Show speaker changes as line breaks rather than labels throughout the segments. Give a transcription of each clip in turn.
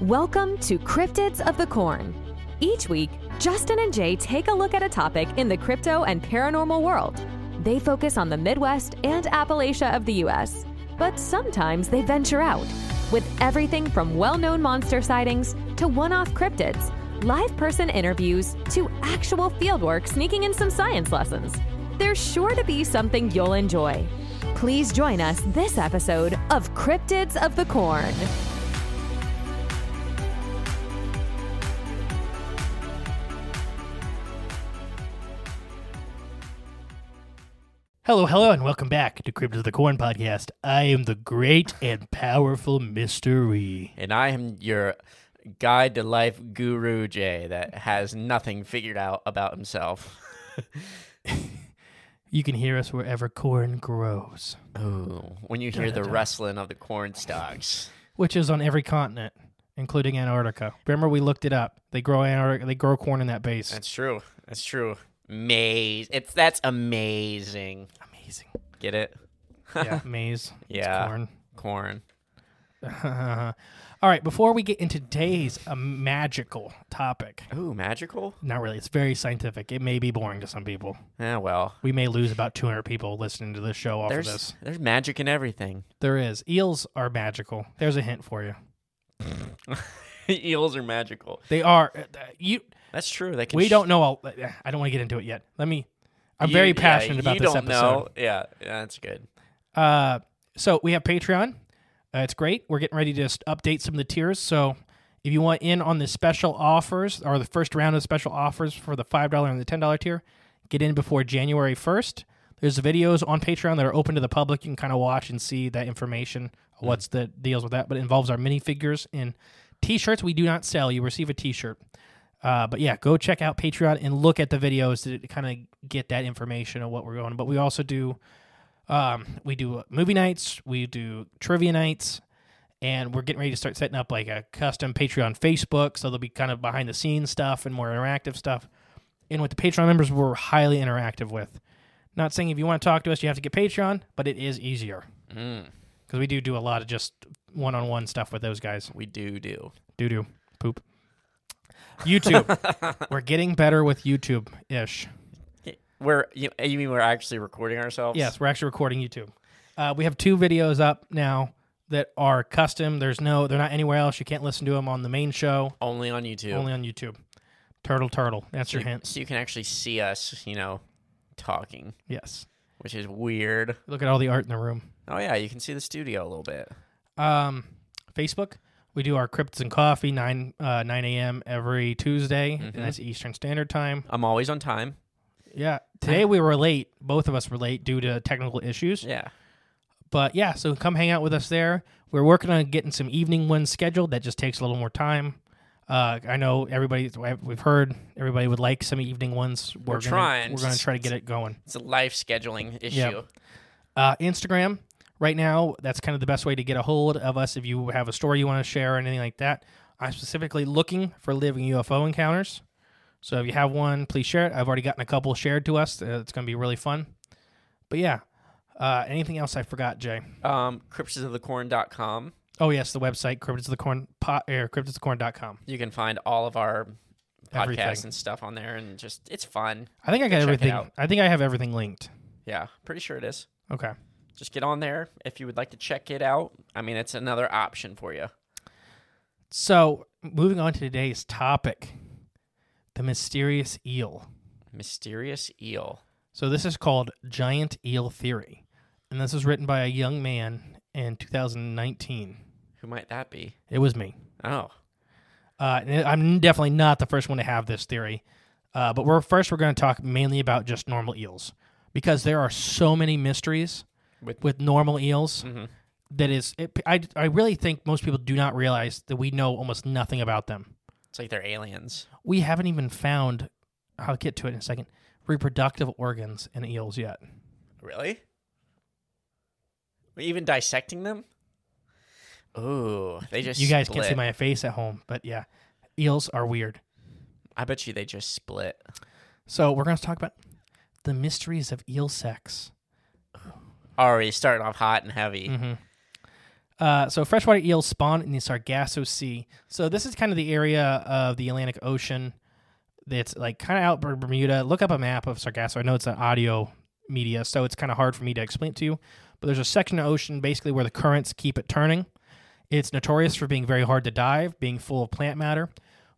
Welcome to Cryptids of the Corn. Each week, Justin and Jay take a look at a topic in the crypto and paranormal world. They focus on the Midwest and Appalachia of the U.S., but sometimes they venture out with everything from well known monster sightings to one off cryptids, live person interviews to actual fieldwork sneaking in some science lessons. There's sure to be something you'll enjoy. Please join us this episode of Cryptids of the Corn.
Hello, hello, and welcome back to Crypt of the Corn podcast. I am the great and powerful E. mystery.
And I am your guide to life guru, Jay, that has nothing figured out about himself.
You can hear us wherever corn grows,
Ooh, when you hear the rustling of the corn stalks.
which is on every continent, including Antarctica. Remember, we looked it up. They grow Antarctica. They grow corn in that base.
That's true. That's true. Maze. It's that's amazing.
amazing.
Get it?
Yeah, maize. It's
Yeah.
corn.
Corn.
All right. Before we get into today's a magical topic,
Ooh, magical?
not really. It's very scientific. It may be boring to some people.
Yeah, well.
We may lose about 200 people listening to this show off of
There's
this.
there's magic in everything.
There is eels are magical. There's a hint for you.
Eels are magical.
They are. uh, You.
That's true. They can
We
sh-
don't know all. uh, I don't want to get into it yet. Let me. I'm
you-
very
yeah,
passionate about
you
this
don't
episode.
Know. Yeah, yeah, that's good.
Uh, so we have Patreon. Uh, it's great. We're getting ready to s- update some of the tiers. So if you want in on the special offers or the first round of special offers for the five dollar and the ten dollar tier, get in before January first. There's videos on Patreon that are open to the public. You can kind of watch and see that information. What's the deals with that? But it involves our minifigures and t-shirts. We do not sell. You receive a t-shirt. Uh, but yeah, go check out Patreon and look at the videos to kind of get that information of what we're going. But we also do um, we do movie nights, we do trivia nights, and we're getting ready to start setting up like a custom Patreon Facebook. So there'll be kind of behind the scenes stuff and more interactive stuff. And with the Patreon members, we're highly interactive with. Not saying if you want to talk to us, you have to get Patreon, but it is easier
Mm,
because we do do a lot of just one on one stuff with those guys.
we do do.
Doo doo, poop. YouTube. we're getting better with YouTube ish.
We're you, you mean we're actually recording ourselves?
Yes, we're actually recording YouTube. Uh, we have two videos up now that are custom. There's no, they're not anywhere else. You can't listen to them on the main show.
Only on YouTube.
Only on YouTube. Turtle, turtle. That's your
you-
hint.
So you can actually see us, you know, talking,
Yes.
which is weird.
Look at all the art in the room.
Oh yeah, you can see the studio a little bit.
Um, Facebook. We do our crypts and coffee nine uh, nine a.m. every Tuesday, and that's Eastern Standard Time.
I'm always on time.
Yeah. Today we were late. Both of us were late due to technical issues.
Yeah.
But yeah, so come hang out with us there. We're working on getting some evening ones scheduled. That just takes a little more time. Uh, I know everybody. We've heard everybody would like some evening ones. We're, gonna-
trying.
We're going to try to get it going.
It's a life scheduling issue.
Uh, Instagram right now. That's kind of the best way to get a hold of us if you have a story you want to share or anything like that. I'm specifically looking for living UFO encounters. So if you have one, please share it. I've already gotten a couple shared to us. Uh, It's going to be really fun. But yeah, uh, anything else I forgot, Jay?
Um, cryptidsofthecorn.com.
Oh yes, the website cryptids of the corn pot or com.
You can find all of our podcasts
Everything.
and stuff on there, and just it's fun.
I think I got
check it
everything.
out.
I think I have everything linked.
Yeah, pretty sure it is.
Okay.
Just get on there if you would like to check it out. I mean, it's another option for you.
So moving on to today's topic, the mysterious eel.
Mysterious eel.
So this is called giant eel theory, and this was written by a young man in 2019.
Who might that be?
It was me.
Oh,
Uh, and I'm definitely not the first one to have this theory, uh, but we're first we're going to talk mainly about just normal eels because there are so many mysteries
With- Mm-hmm.
with normal eels that is it, I I really think most people do not realize that we know almost nothing about them.
it's like they're aliens.
We haven't even found I'll get to it in a second reproductive organs in eels yet.
Really? We even dissecting them? Ooh, they just
You guys
split.
can't see my face at home, but yeah, eels are weird.
I bet you they just split.
So we're going to talk about the mysteries of eel sex. Mm-hmm.
Already starting off hot and heavy.
Uh, so freshwater eels spawn in the Sargasso Sea. So this is kind of the area of the Atlantic Ocean that's like kind of out by Bermuda. Look up a map of Sargasso. I know it's an audio media, so it's kind of hard for me to explain it to you. But there's a section of ocean basically where the currents keep it turning. It's notorious for being very hard to dive, being full of plant matter.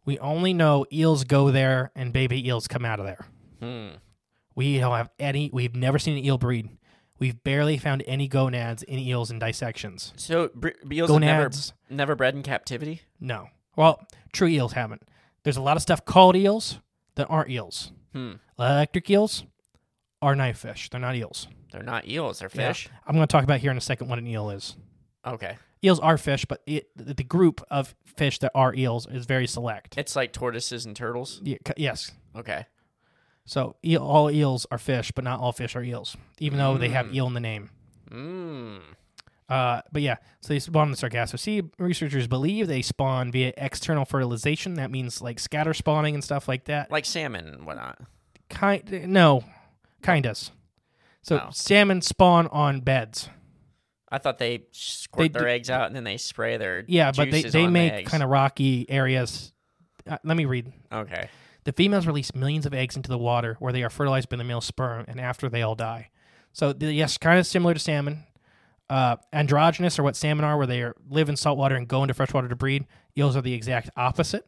We only know eels go there and baby eels come out of there. We don't have any. We've never seen an eel breed. We've barely found any gonads in eels and dissections.
So br- eels have never,
Gonads.
never bred in captivity.
No. Well, true eels haven't. There's a lot of stuff called eels that aren't eels.
Hmm.
Electric eels are knife fish. They're not eels.
They're not eels. They're fish.
Yeah. I'm going to talk about here in a second what an eel is.
Okay.
Eels are fish, but it, the group of fish that are eels is very select.
It's like tortoises and turtles.
Ye- c- yes.
Okay.
So eel, all eels are fish, but not all fish are eels, even though they
Hmm.
have eel in the name.
Mm.
Uh, but yeah, so they spawn in the Sargasso Sea. Researchers believe they spawn via external fertilization. That means like scatter spawning and stuff like that.
Like salmon and whatnot.
Kind no, kindas. So
Oh.
salmon spawn on beds.
I thought they squirt
They
their
d-
eggs out and then they spray their
Yeah, but they
juices
they
on
make
the eggs.
kind of rocky areas. Uh, let me read.
okay.
The females release millions of eggs into the water, where they are fertilized by the male sperm, and after they all die. So th- yes, kind of similar to salmon. Uh, androgynous are what salmon are, where they are, live in saltwater and go into freshwater to breed. Eels are the exact opposite,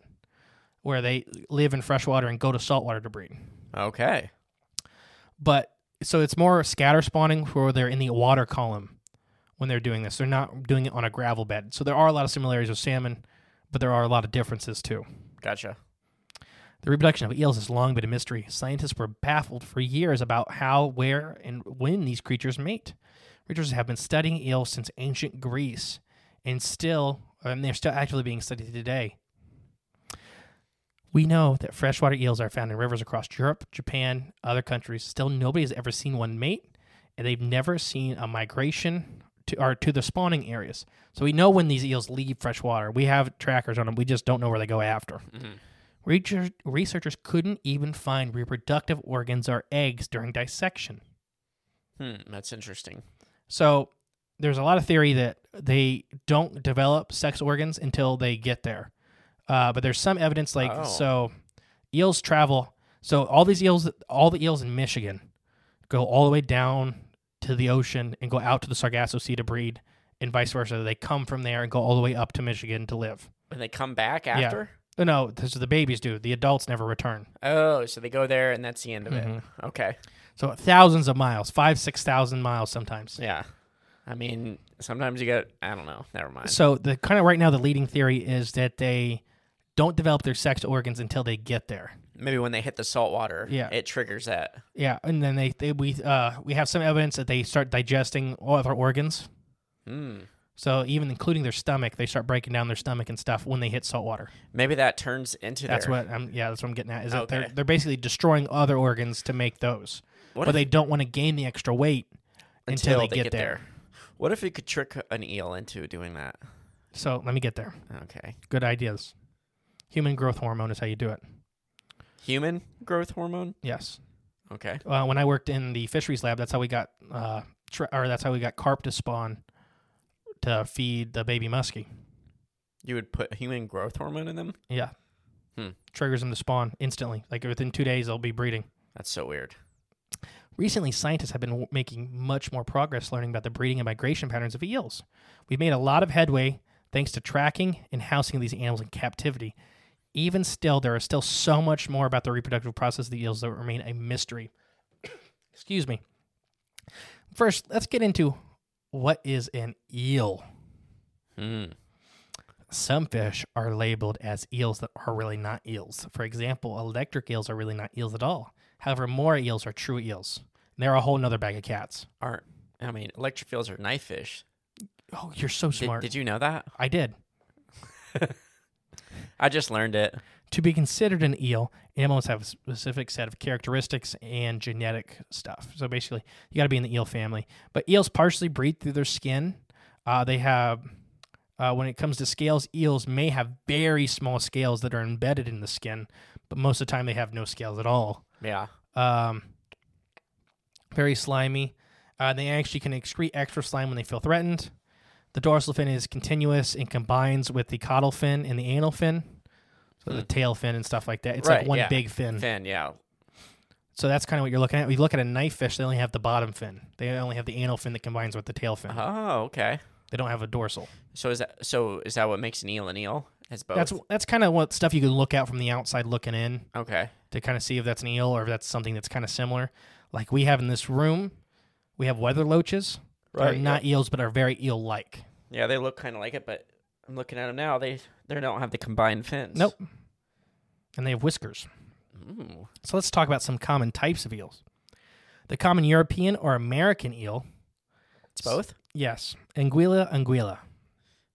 where they live in freshwater and go to saltwater to breed.
Okay.
But so it's more scatter spawning, where they're in the water column when they're doing this. They're not doing it on a gravel bed. So there are a lot of similarities with salmon, but there are a lot of differences too.
Gotcha.
The reproduction of eels has long been a mystery. Scientists were baffled for years about how, where, and when these creatures mate. Researchers have been studying eels since ancient Greece, and still, and they're still actively being studied today. We know that freshwater eels are found in rivers across Europe, Japan, other countries. Still, nobody has ever seen one mate, and they've never seen a migration to or to the spawning areas. So we know when these eels leave freshwater. We have trackers on them. We just don't know where they go after. Research- researchers couldn't even find reproductive organs or eggs during dissection.
Hmm. That's interesting.
So there's a lot of theory that they don't develop sex organs until they get there. Uh, but there's some evidence like
Oh.
so eels travel. So all these eels, all the eels in Michigan, go all the way down to the ocean and go out to the Sargasso Sea to breed, and vice versa. They come from there and go all the way up to Michigan to live.
When they come back after.
No, no, this is the babies do. The adults never return.
Oh, so they go there and that's the end of it.
Mm-hmm.
Okay.
So thousands of miles, five, six thousand miles sometimes.
Yeah. I mean, sometimes you get. I don't know. Never mind.
So the kind of right now the leading theory is that they don't develop their sex organs until they get there.
Maybe when they hit the salt water,
Yeah.
it triggers that.
Yeah, and then they, they we uh we have some evidence that they start digesting all of our organs.
Hmm.
So even including their stomach, they start breaking down their stomach and stuff when they hit salt water.
Maybe that turns into
That's
their-
what I'm yeah, that's what I'm getting at. Is that they're
Okay.
they're basically destroying other organs to make those.
What
but
if-
they don't want to gain the extra weight until, they, get, there.
What if you could trick an eel into doing that?
So let me get there.
Okay.
Good ideas. Human growth hormone is how you do it.
Human growth hormone.
Yes.
Okay.
uh, when I worked in the fisheries lab, that's how we got, uh, tra- or that's how we got carp to spawn to feed the baby muskie.
You would put human growth hormone in them?
Yeah,
Hmm.
triggers them to spawn instantly. Like within two days, they'll be breeding.
That's so weird.
Recently, scientists have been w- making much more progress learning about the breeding and migration patterns of eels. We've made a lot of headway thanks to tracking and housing these animals in captivity. Even still, there is still so much more about the reproductive process of the eels that remain a mystery. Excuse me. First, let's get into what is an eel.
Hmm.
Some fish are labeled as eels that are really not eels. For example, electric eels are really not eels at all. However, more eels are true eels. They're a whole nother bag of cats.
Aren't I mean electric eels are knife fish.
Oh, you're so
Did,
smart.
did you know that?
I did.
I just learned it.
To be considered an eel, animals have a specific set of characteristics and genetic stuff. So basically, you got to be in the eel family. But eels partially breathe through their skin. Uh, they have, uh, when it comes to scales, eels may have very small scales that are embedded in the skin, but most of the time they have no scales at all.
Yeah.
um, very slimy. Uh, they actually can excrete extra slime when they feel threatened. The dorsal fin is continuous and combines with the caudal fin and the anal fin, so the tail fin and stuff like that. It's
Hmm. Right,
like one
yeah.
big fin.
Fin, yeah.
So that's kind of what you're looking at. When you look at a knife fish, they only have the bottom fin. They only have the anal fin that combines with the tail fin.
Oh, okay.
They don't have a dorsal.
So is that so is that what makes an eel an eel? Has both?
That's that's kind of what stuff you can look at from the outside looking in
okay.
to kind of see if that's an eel or if that's something that's kind of similar. Like we have in this room, we have weather loaches. Right,
Right,
are not eels, but are very eel-like.
Yeah, they look kind of like it, but I'm looking at them now. They they don't have the combined fins.
Nope. And they have whiskers.
Ooh.
So let's talk about some common types of eels. The common European or American eel,
It's both.
yes, Anguilla anguilla.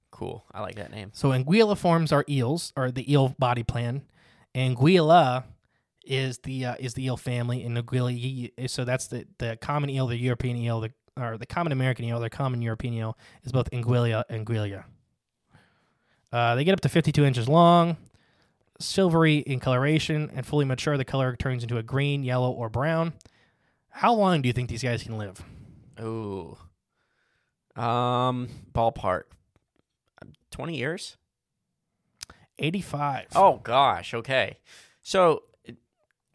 Cool. I like that name.
So anguilla forms are eels, or the eel body plan. Anguilla is the uh, is the eel family, and anguilla. eh, So that's the the common eel, the European eel, the or the common American eel, the common European eel is both anguilla and anguilla. Uh, they get up to 52 inches long, silvery in coloration, and fully mature. The color turns into a green, yellow, or brown. How long do you think these guys can live?
Ooh. Um, ballpark. Um, Twenty years.
85.
Oh gosh. Okay. So,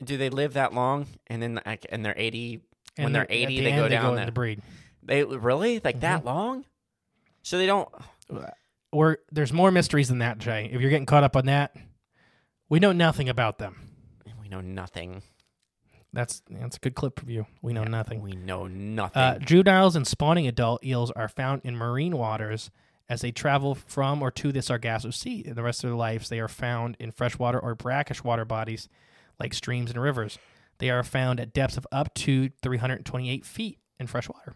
do they live that long? And then like, and they're eighty. when they're
at
80,
the
they
end,
go down
into Mm-hmm.
that.
breed.
They really like that long. So they don't.
Or there's more mysteries than that, Jay. If you're getting caught up on that, we know nothing about them.
We know nothing.
That's that's a good clip for you. We know nothing.
We know nothing.
Uh, juveniles and spawning adult eels are found in marine waters as they travel from or to the Sargasso Sea. In the rest of their lives, they are found in freshwater or brackish water bodies like streams and rivers. They are found at depths of up to 328 feet in freshwater.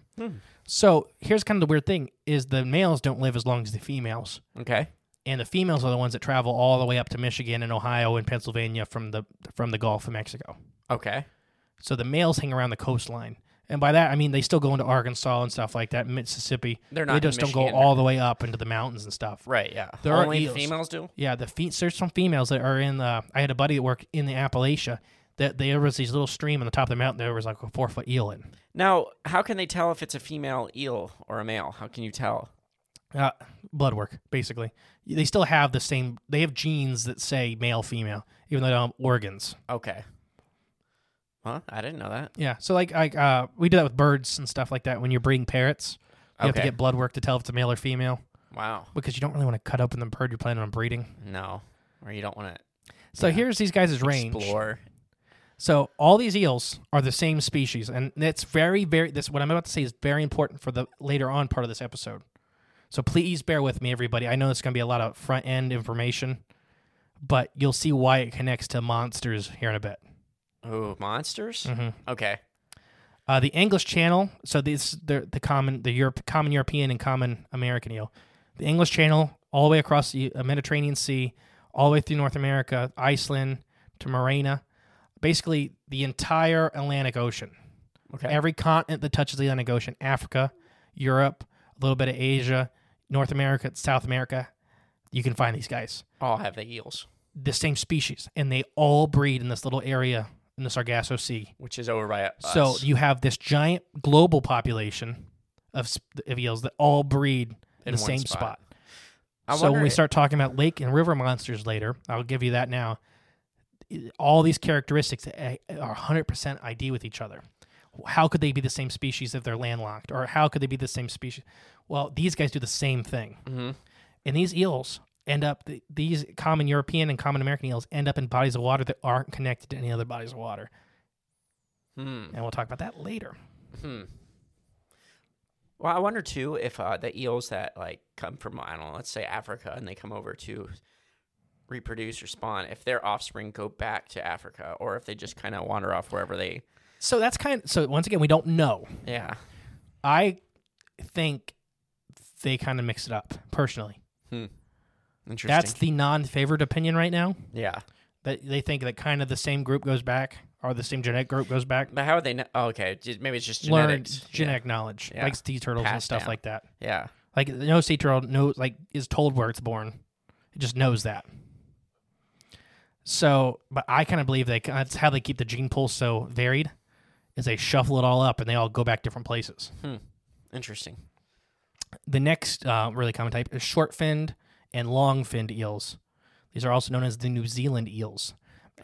So here's kind of the weird thing: is the males don't live as long as the females.
okay.
and the females are the ones that travel all the way up to Michigan and Ohio and Pennsylvania from the from the Gulf of Mexico.
Okay.
So the males hang around the coastline, and by that I mean they still go into Arkansas and stuff like that, Mississippi.
They're
They
not in
just don't go
Michigan.
all the way up into the mountains and stuff.
Right. Yeah.
There are
Only the
eels.
females do.
Yeah, the fe- there's some females that are in. The, I had a buddy that worked in the Appalachia. That there was these little stream on the top of the mountain. There was like a four foot eel in.
Now, how can they tell if it's a female eel or a male? How can you tell?
Uh, blood work, basically. They still have the same. They have genes that say male, female, even though they don't have organs.
Okay. Huh? I didn't know that.
Yeah. So like like uh, we do that with birds and stuff like that. When you're breeding parrots, you have to
Okay.
get blood work to tell if it's a male or female
Wow.
because you don't really want to cut open the bird you're planning on breeding.
No. Or you don't want to
So here's these guys' range.
explore.
So all these eels are the same species, and that's very very. This what I'm about to say is very important for the later on part of this episode. So please bear with me, everybody. I know there's going to be a lot of front end information, but you'll see why it connects to monsters here in a bit.
Ooh, monsters?
Mm-hmm.
Okay.
Uh, the English Channel. So these the the common the Europe common European and common American eel. The English Channel all the way across the uh, Mediterranean Sea, all the way through North America, Iceland to Morena, basically the entire Atlantic Ocean.
Okay.
Every continent that touches the Atlantic Ocean, Africa, Europe, a little bit of Asia, North America, South America, you can find these guys.
All have the eels,
The same species, and they all breed in this little area in the Sargasso Sea.
which is over by us.
So you have this giant global population of, sp- of eels that all breed in
In
the
one
same spot.
spot. I
so when
wonder
we
i-
start talking about lake and river monsters later, I'll give you that now. All these characteristics a- are 100% ID with each other. How could they be the same species if they're landlocked? Or how could they be the same species? Well, these guys do the same thing.
Mm-hmm.
And these eels end up, th- these common European and common American eels end up in bodies of water that aren't connected to any other bodies of water.
Hmm.
And we'll talk about that later.
Well, I wonder too if uh, the eels that like come from I don't know, let's say Africa, and they come over to reproduce or spawn, if their offspring go back to Africa, or if they just kind of wander off wherever they.
So that's kind of so once again we don't know.
Yeah.
I think they kind of mix it up personally.
Interesting.
That's the non-favored opinion right now
yeah.
that they think that kind of the same group goes back or the same genetic group goes back.
But how would they know? Oh, okay, j- maybe it's just
Learned
genetics. Yeah.
genetic knowledge,
Yeah.
like sea turtles and
Passed
stuff
down.
like that.
Yeah.
Like no sea turtle knows like is told where it's born. It just knows that. So, but I kind of believe they that's how they keep the gene pool so varied, is they shuffle it all up and they all go back different places.
Interesting.
The next uh, really common type is short finned and long finned eels. These are also known as the New Zealand eels,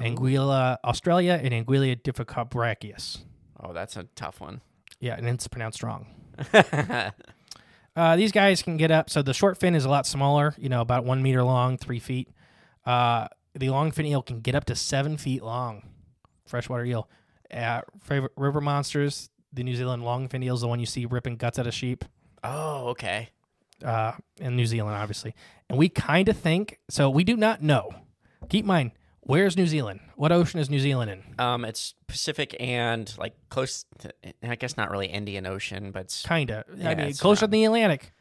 Anguilla australia and Anguilla difficobrachius.
Oh, that's a tough one.
Yeah, and it's pronounced wrong. Uh, these guys can get up. So the short fin is a lot smaller, you know, about one meter long, three feet. Uh, the long fin eel can get up to seven feet long. Freshwater eel. Uh, favorite river monsters. The New Zealand long fin eel is the one you see ripping guts out of sheep
oh, okay.
uh, in New Zealand, obviously. And we kind of think so. We do not know. Keep in mind, where's New Zealand? What ocean is New Zealand in?
Um, it's Pacific and like close. To, eh, I guess not really Indian Ocean, but it's,
Kinda. I
Yeah,
mean,
it's uh,
closer
not-
to the Atlantic.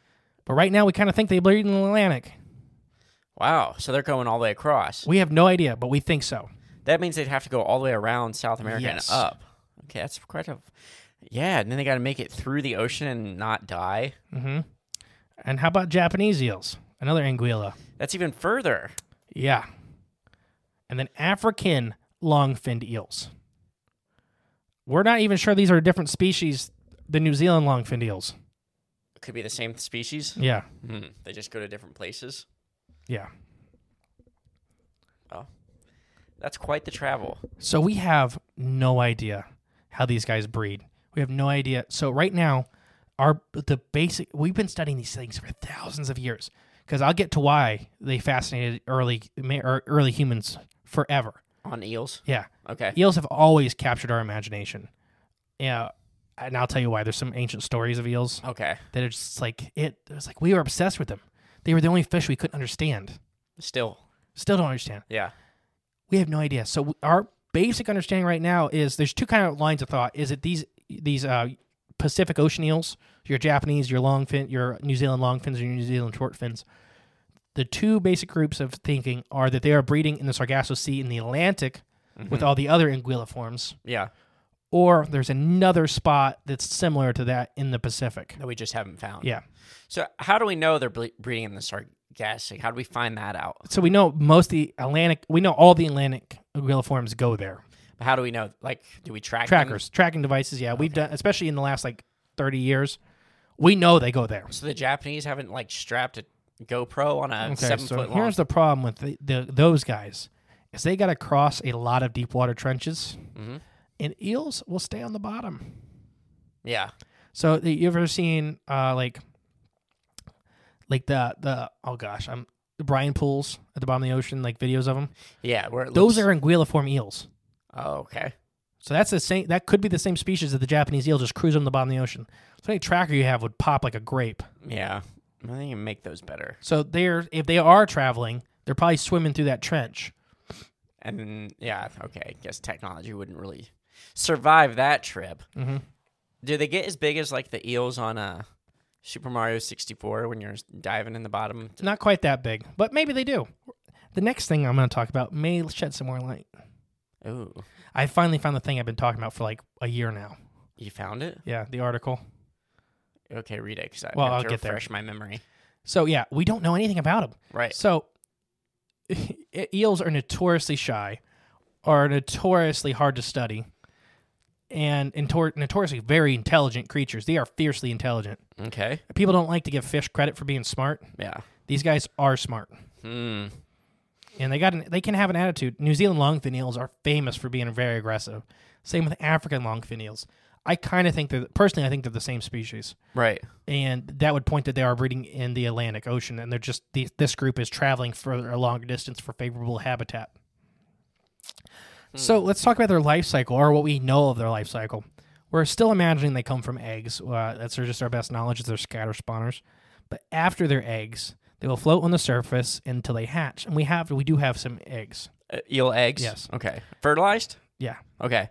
But right now, we kind of think they bleed in the Atlantic.
wow. So they're going all the way across.
We have no idea, but we think so.
That means they'd have to go all the way around South America
Yes.
and up. Okay, that's quite a. Yeah, and then they got to make it through the ocean and not die.
And how about Japanese eels? Another anguilla.
That's even further.
Yeah. And then African long finned eels. We're not even sure these are different species than New Zealand long finned eels.
Could be the same species.
Yeah.
Hmm, They just go to different places.
Yeah.
Oh, that's quite the travel.
So we have no idea how these guys breed. We have no idea. So right now, our the basic we've been studying these things for thousands of years because I'll get to why they fascinated early ma- or early humans forever.
On eels.
Yeah.
Okay.
Eels have always captured our imagination. Yeah, and I'll tell you why. There's some ancient stories of eels
Okay.
that are just like it. It was like we were obsessed with them. They were the only fish we couldn't understand.
Still.
Still don't understand.
Yeah.
We have no idea. So w- our basic understanding right now is there's two kind of lines of thought. Is it these these uh, Pacific Ocean eels, your Japanese, your long fin, your New Zealand long fins, or your New Zealand short fins? The two basic groups of thinking are that they are breeding in the Sargasso Sea in the Atlantic with all the other anguilla forms,
Yeah.
or there's another spot that's similar to that in the Pacific.
That we just haven't found.
Yeah.
So how do we know they're ble- breeding in the Sargassic? How do we find that out?
So we know most of the Atlantic, we know all the Atlantic gorilla forms go there.
How do we know? Like, do we track them?
Trackers, tracking devices. Yeah, we've done, especially in the last like 30 years, we know they go there.
So the Japanese haven't like strapped a GoPro on a
Okay,
seven
so
foot long.
here's the problem with the, the, those guys is they got to cross a lot of deep water trenches, and eels will stay on the bottom.
yeah.
So the- you ever seen uh, like like the the oh gosh, I'm the Brian pools at the bottom of the ocean, like videos of them.
Yeah. Where it
Those
looks-
are anguilliform eels.
Oh, okay.
So that's the same. That could be the same species that the Japanese eel just cruising on the bottom of the ocean. So any tracker you have would pop like a grape.
Yeah. I think you can make those better.
So they're if they are traveling, they're probably swimming through that trench.
And then, yeah, okay. I guess technology wouldn't really survive that trip.
Mhm.
Do they get as big as like the eels on uh, Super Mario 64 when you're diving in the bottom?
It's not quite that big, but maybe they do. The next thing I'm going to talk about may shed some more light.
Ooh.
I finally found the thing I've been talking about for like a year now.
You found it?
Yeah, the article.
Okay, read it because I
Well,
have
I'll
to
get there.
refresh my memory.
So yeah, we don't know anything about them.
Right.
So e- eels are notoriously shy, are notoriously hard to study, and notor- notoriously very intelligent creatures. They are fiercely intelligent.
Okay.
People don't like to give fish credit for being smart.
Yeah.
These guys are smart,
Hmm.
and they got an, they can have an attitude. New Zealand longfin eels are famous for being very aggressive. Same with African longfin eels. I kind of think that personally, I think they're the same species.
Right.
and that would point that they are breeding in the Atlantic Ocean, and they're just the, this group is traveling further a longer distance for favorable habitat. So let's talk about their life cycle, or what we know of their life cycle. We're still imagining they come from eggs. Uh, that's just our best knowledge. Is they're scatter spawners, but after their eggs, they will float on the surface until they hatch. And we have we do have some eggs.
Uh, eel eggs?
Yes.
Okay. Fertilized?
Yeah,
Okay.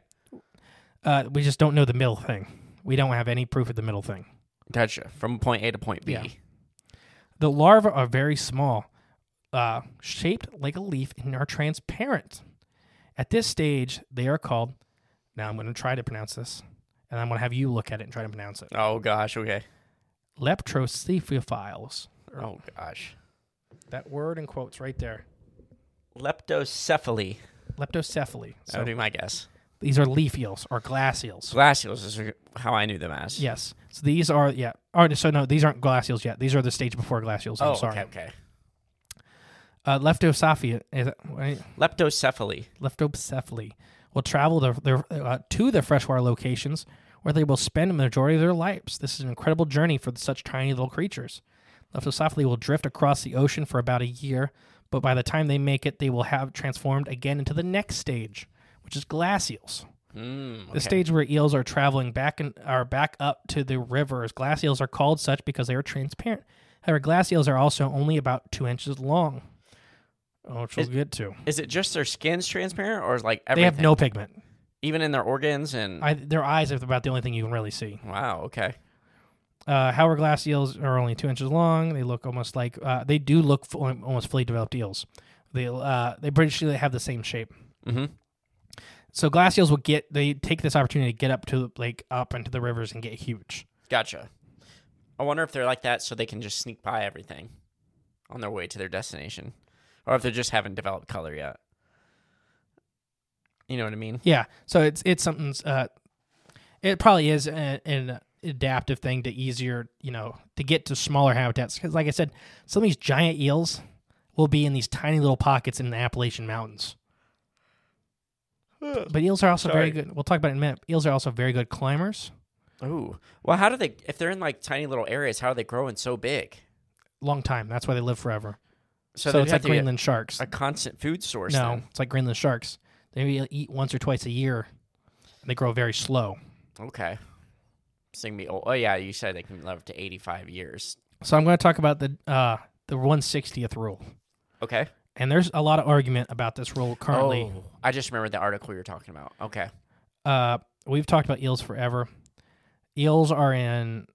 uh, we just don't know the middle thing. We don't have any proof of the middle thing.
Gotcha. From point A to point B.
Yeah. The larvae are very small, uh, shaped like a leaf, and are transparent. At this stage, they are called. Now I'm going to try to pronounce this, and I'm going to have you look at it and try to pronounce it.
Oh, gosh. Okay.
Leptocephalophiles.
Oh, gosh.
That word in quotes right there.
Leptocephaly.
Leptocephaly.
That
So
would be my guess.
These are leaf eels or glass eels.
Glass eels is how I knew them as.
Yes. So these are yeah. Oh, so no, these aren't glass eels yet. These are the stage before glass eels.
Oh,
I'm sorry.
okay, okay.
Uh, leptocephaly, is it, wait,
Leptocephaly.
leptocephaly will travel to their, uh, to their freshwater locations where they will spend the majority of their lives. This is an incredible journey for such tiny little creatures. Leptocephaly will drift across the ocean for about a year, but by the time they make it, they will have transformed again into the next stage, which is glass eels.
Mm,
The stage where eels are traveling back and are back up to the rivers. Glass eels are called such because they are transparent. However, glass eels are also only about two inches long, which we'll
Is-
get to.
Is it just their skin's transparent, or is like
They
everything?
have no pigment.
even in their organs and.
I, their eyes are about the only thing you can really see.
wow. Okay.
Uh, Howard glass eels are only two inches long. They look almost like uh, they do look fu- almost fully developed eels. They uh, they pretty sure they have the same shape.
Mm-hmm.
So glass eels will get they take this opportunity to get up to like up into the rivers and get huge.
Gotcha. I wonder if they're like that so they can just sneak by everything on their way to their destination, or if they just haven't developed color yet. You know what I mean?
Yeah. So it's it's something. Uh, it probably is a, an adaptive thing to easier you know to get to smaller habitats because like I said, some of these giant eels will be in these tiny little pockets in the Appalachian Mountains. But eels are also very
Sorry.
good. We'll talk about it in a minute. Eels are also very good climbers.
Ooh. Well, how do they? If they're in like tiny little areas, how are they growing so big?
Long time. That's why they live forever. So,
they'd
it's like
have to be a-
Greenland sharks.
A constant food source.
No,
then.
it's like Greenland sharks. They maybe eat once or twice a year. And they grow very slow.
Okay. So they can be old. Oh yeah, you said they can live to eighty-five years.
So I'm going to talk about the uh, the 160th rule.
Okay.
And there's a lot of argument about this rule currently.
Oh, I just remembered the article you were talking about. Okay.
Uh, we've talked about eels forever. Eels are in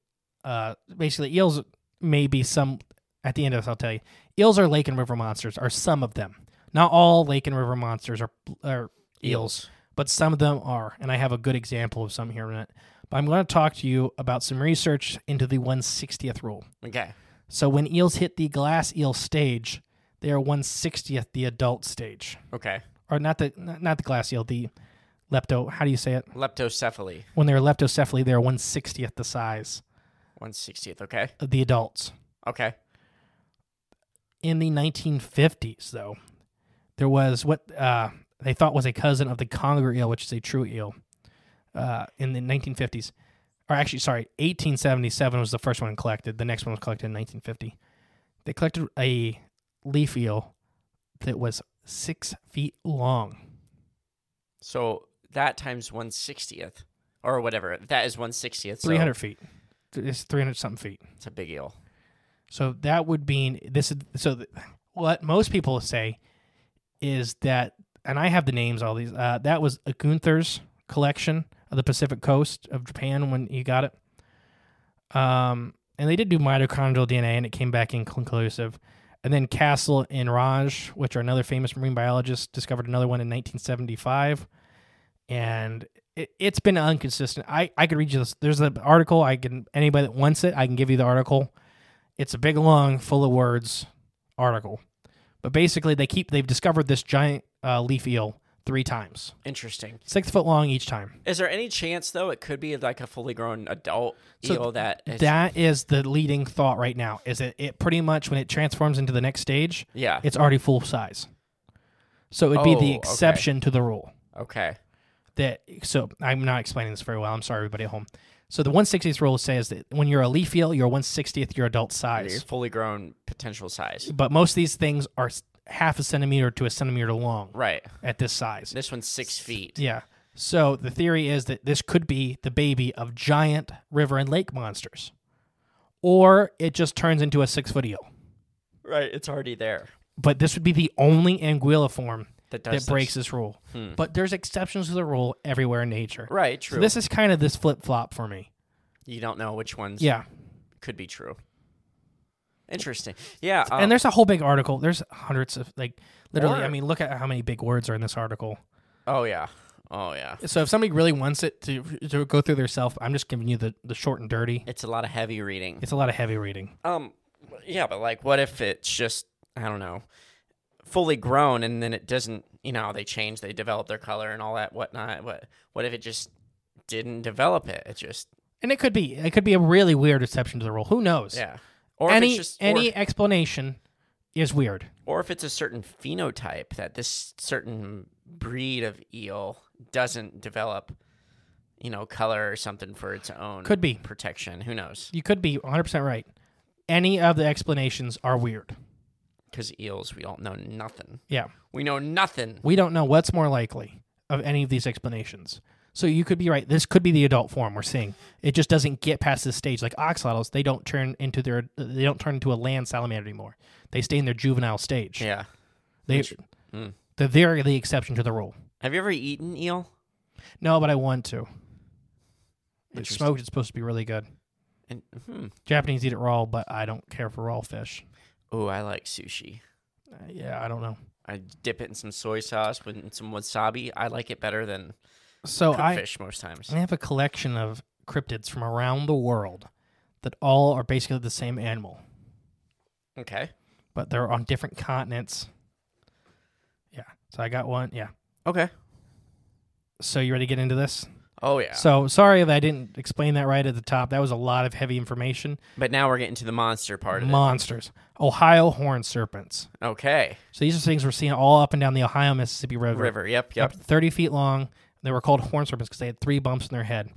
uh, basically eels may be some at the end of this I'll tell you. Eels are lake and river monsters, are some of them. Not all lake and river monsters are are eels, but some of them are, and I have a good example of some here in a minute. But I'm going to talk to you about some research into the 160th rule.
Okay.
So when eels hit the glass eel stage, they are 160th the adult stage.
Okay.
or not the not not the glass eel, the lepto. How do you say it?
Leptocephaly,
When they're leptocephaly, they're one sixtieth the size
one sixtieth. Okay.
of the adults.
Okay.
In the 1950s, though, there was what uh, they thought was a cousin of the conger eel, which is a true eel. Uh, in the 1950s, or actually, sorry, 1877 was the first one collected. The next one was collected in 1950. They collected a leaf eel that was six feet long.
So that times one sixtieth or whatever. That is one sixtieth.
Three hundred feet. It's three hundred something feet.
It's a big eel.
So that would mean this is so th- what most people say is that, and I have the names all these. Uh, that was a Gunther's collection of the Pacific coast of Japan when he got it. Um, and they did do mitochondrial DNA, and it came back inconclusive. And then Castle and Raj, which are another famous marine biologist, discovered another one in 1975. And it, it's been inconsistent. I, I could read you this. There's an article. I can anybody that wants it, I can give you the article it's a big long full of words article but basically they keep they've discovered this giant uh, leaf eel three times
Interesting.
six foot long each time
Is there any chance though it could be like a fully grown adult
So
eel that is,
that is the leading thought right now is that it pretty much when it transforms into the next stage
Yeah.
it's already full size so it would be
Oh,
the
okay.
exception to the rule
okay.
that so I'm not explaining this very well. I'm sorry, everybody at home. So the 160th rule says that when you're a leaf eel, you're 160th your adult size.
Your fully grown potential size.
But most of these things are s- half a centimeter to a centimeter long
Right.
at this size.
This one's six feet.
Yeah. So the theory is that this could be the baby of giant river and lake monsters, or it just turns into a six foot eel.
Right. It's already there.
But this would be the only anguilliform that
That does this. Hmm.
breaks this rule. But there's exceptions to the rule everywhere in nature.
Right.
So
True.
this is kind of this flip flop for me.
you don't know which ones.
Yeah.
Could be true. Interesting. Yeah. Um,
And there's a whole big article. There's hundreds of like literally.
Or-
I mean, look at how many big words are in this article.
oh yeah. Oh yeah.
So if somebody really wants it to to go through their self, I'm just giving you the the short and dirty.
It's a lot of heavy reading.
It's a lot of heavy reading.
Um, yeah, but like, what if it's just I don't know, fully grown, and then it doesn't you know they change, they develop their color and all that whatnot. What what if it just didn't develop it? It just
And it could be it could be a really weird exception to the rule. Who knows?
yeah. Or if
any
it's just or-
any explanation is weird.
or if it's a certain phenotype that this certain breed of eel doesn't develop you know color or something for its own
Could be.
protection who knows
You could be 100% right. Any of the explanations are weird.
because eels we don't know nothing
Yeah.
we know nothing
We don't know what's more likely of any of these explanations. So you could be right. This could be the adult form we're seeing. It just doesn't get past this stage. Like oxalis, they don't turn into their they don't turn into a land salamander anymore. They stay in their juvenile stage.
yeah
They
Mm.
they're, they're the exception to the rule.
have you ever eaten eel
No, but I want to. It's
Interesting.
smoked. It's supposed to be really good.
and hmm.
Japanese eat it raw, but I don't care for raw fish.
oh i like sushi
Uh, yeah, I don't know.
i dip it in some soy sauce with some wasabi i like it better than
So
cooked
Oh, I
fish most times
I have a collection of cryptids from around the world that all are basically the same animal,
okay
but they're on different continents. Yeah. So I got one. Yeah.
okay
So you ready to get into this?
oh yeah
So sorry that I didn't explain that right at the top. That was a lot of heavy information.
but now we're getting to the monster part of
Monsters. Ohio horned serpents.
it okay
So these are things we're seeing all up and down the Ohio Mississippi River.
river yep yep
Up to 30 feet long. They were called horn serpents because they had three bumps in their head.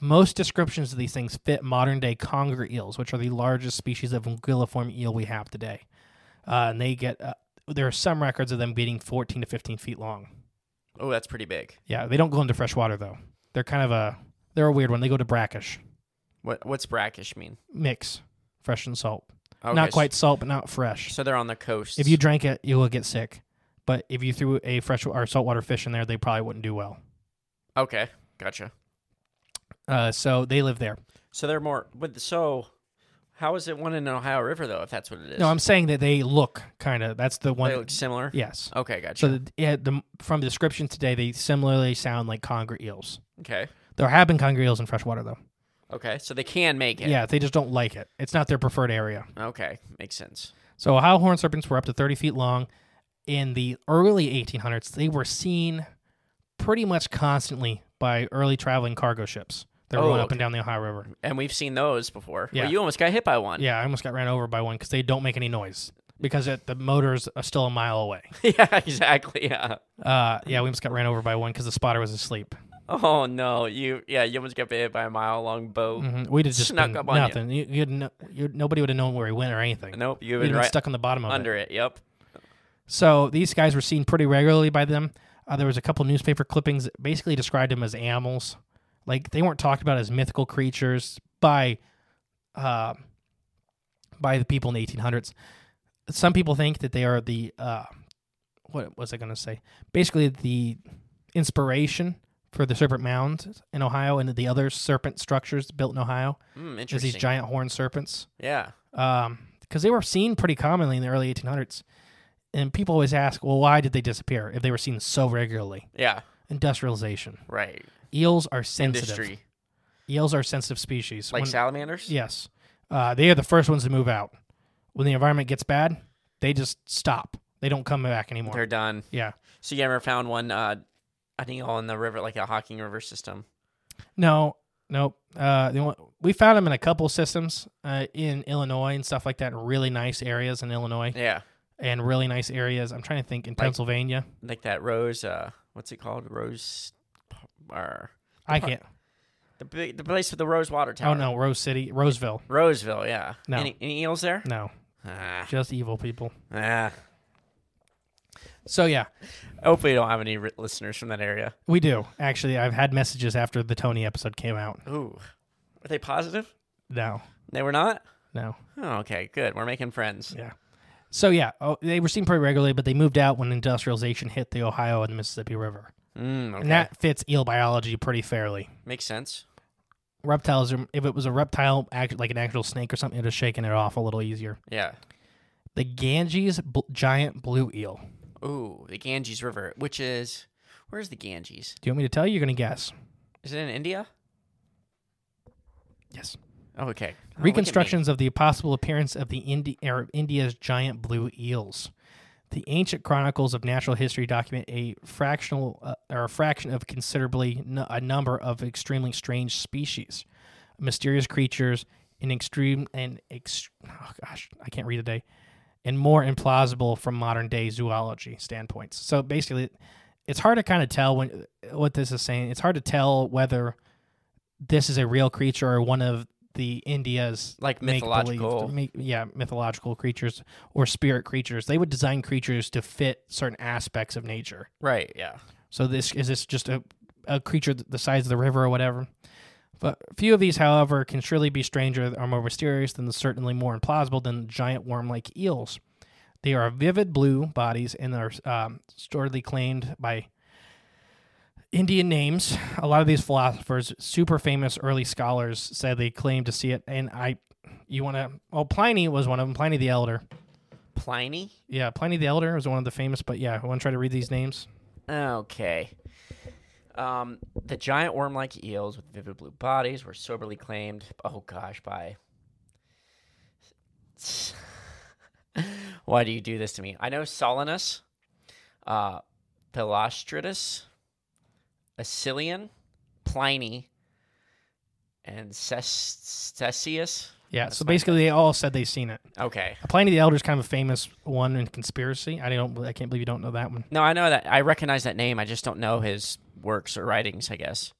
Most descriptions of these things fit modern day conger eels, which are the largest species of anguilliform eel we have today. Uh, and they get, uh, there are some records of them being 14 to 15 feet long.
oh that's pretty big
Yeah, they don't go into fresh water though. They're kind of a, they're a weird one. They go to brackish
What what's brackish mean?
mix, fresh and salt.
Okay,
Not
so-
quite salt, but not fresh.
So they're on the coast.
If you drank it, you would get sick. But if you threw a fresh or saltwater fish in there, they probably wouldn't do well.
okay, gotcha.
Uh, so they live there.
So they're more. But so, how is it one in Ohio River though? If that's what it is,
No, I'm saying that they look kind of. That's the one.
they look Oh, similar.
yes.
Okay, gotcha.
So the, yeah, the, from the description today, they similarly sound like conger eels.
okay,
There have been conger eels in freshwater though.
okay. So they can make
Yeah.
it.
they just don't like it. It's not their preferred area.
Okay, makes sense.
So Ohio horned serpents were up to 30 feet long. In the early 1800s, they were seen pretty much constantly by early traveling cargo ships. They were
Oh,
going up
okay.
and down the Ohio River.
And we've seen those before.
Yeah.
Well, you almost got hit by one.
Yeah, I almost got ran over by one because they don't make any noise because it, the motors are still a mile away.
yeah, exactly. Yeah.
Uh, yeah, we almost got ran over by one because the spotter was asleep.
Oh no, you. Yeah, you almost got hit by a mile long boat.
hmm We'd have just
Snuck
been
up on you.
nothing. You. would no, you'd, nobody would have known where he went or anything.
Nope, you've
We'd
been
have been
right
stuck on the bottom of it.
under it. Yep.
So these guys were seen pretty regularly by them. Uh, there was a couple newspaper clippings that basically described them as animals. Like they weren't talked about as mythical creatures by uh, by the people in the 1800s. Some people think that they are the uh, what was I going to say? Basically, the inspiration for the serpent mound in Ohio and the other serpent structures built in Ohio
Mm,
is
interesting.
these giant horned serpents
yeah.
because they were seen pretty commonly in the early 1800s. And people always ask, well, why did they disappear if they were seen so regularly?
Yeah.
Industrialization.
Right.
Eels are sensitive.
Industry
Eels are sensitive species.
like
When-
salamanders.
yes. Uh, they are the first ones to move out. When the environment gets bad, they just stop. They don't come back anymore.
They're done.
yeah.
So you ever found one? Uh, I think all in the river, like a Hocking River system.
No, nope. Uh, the one- we found them in a couple systems uh, in Illinois and stuff like that, really nice areas in Illinois
Yeah,
and really nice areas. I'm trying to think in Pennsylvania.
like that rose. Uh, what's it called? Rose, or
I can't.
the big, the place with the rose water tower.
Oh no, Rose City, Roseville.
Roseville. Yeah.
No.
Any, any eels there?
No,
Ah,
just evil people.
ah.
So yeah,
Hopefully, you don't have any ri listeners from that area.
we do actually. I've had messages after the Tony episode came out.
Ooh, were they positive?
No,
They were not.
no,
Oh, okay, good. We're making friends.
yeah. So yeah, oh, they were seen pretty regularly, but they moved out when industrialization hit the Ohio and the Mississippi River,
Mm, okay,
and that fits eel biology pretty fairly.
makes sense.
Reptiles, are, if it was a reptile, act, like an actual snake or something, it'd have shaken it off a little easier.
Yeah.
The Ganges bl- giant blue eel.
Ooh, the Ganges River, which is where's the Ganges?
Do you want me to tell you? You're gonna guess.
Is it in India?
Yes.
Oh, okay. Oh, look at me.
er, Reconstructions of the possible appearance of the Indi- or India's giant blue eels. The ancient chronicles of natural history document a fractional uh, or a fraction of considerably n- a number of extremely strange species, mysterious creatures, and extreme and ex- oh gosh, I can't read today, and more implausible from modern day zoology standpoints. So basically, it's hard to kind of tell when what this is saying. It's hard to tell whether this is a real creature or one of the India's
Like
make-believe-
mythological.
make- yeah, mythological creatures or spirit creatures. They would design creatures to fit certain aspects of nature.
Right. Yeah.
So this is this just a, a creature th- the size of the river or whatever. But few of these, however, can surely be stranger or more mysterious than the certainly more implausible than giant worm-like eels. They are vivid blue bodies and are um, storedly claimed by Indian names. A lot of these philosophers, super famous early scholars, said they claimed to see it. And I, you want to? Well, Pliny was one of them. Pliny the Elder.
Pliny.
Yeah, Pliny the Elder was one of the famous. But yeah, I want to try to read these names.
Okay. Um, the giant worm-like eels with vivid blue bodies were soberly claimed. Oh gosh, by. Why do you do this to me? I know Solinus, uh, Pilostratus, Acilian, Pliny, and Ces- Cesius.
Yeah, so basically they all said they've seen it.
Okay.
Pliny the Elder is kind of a famous one in conspiracy. I don't, I can't believe you don't know that one.
No, I know that. I recognize that name. I just don't know his works or writings. I guess.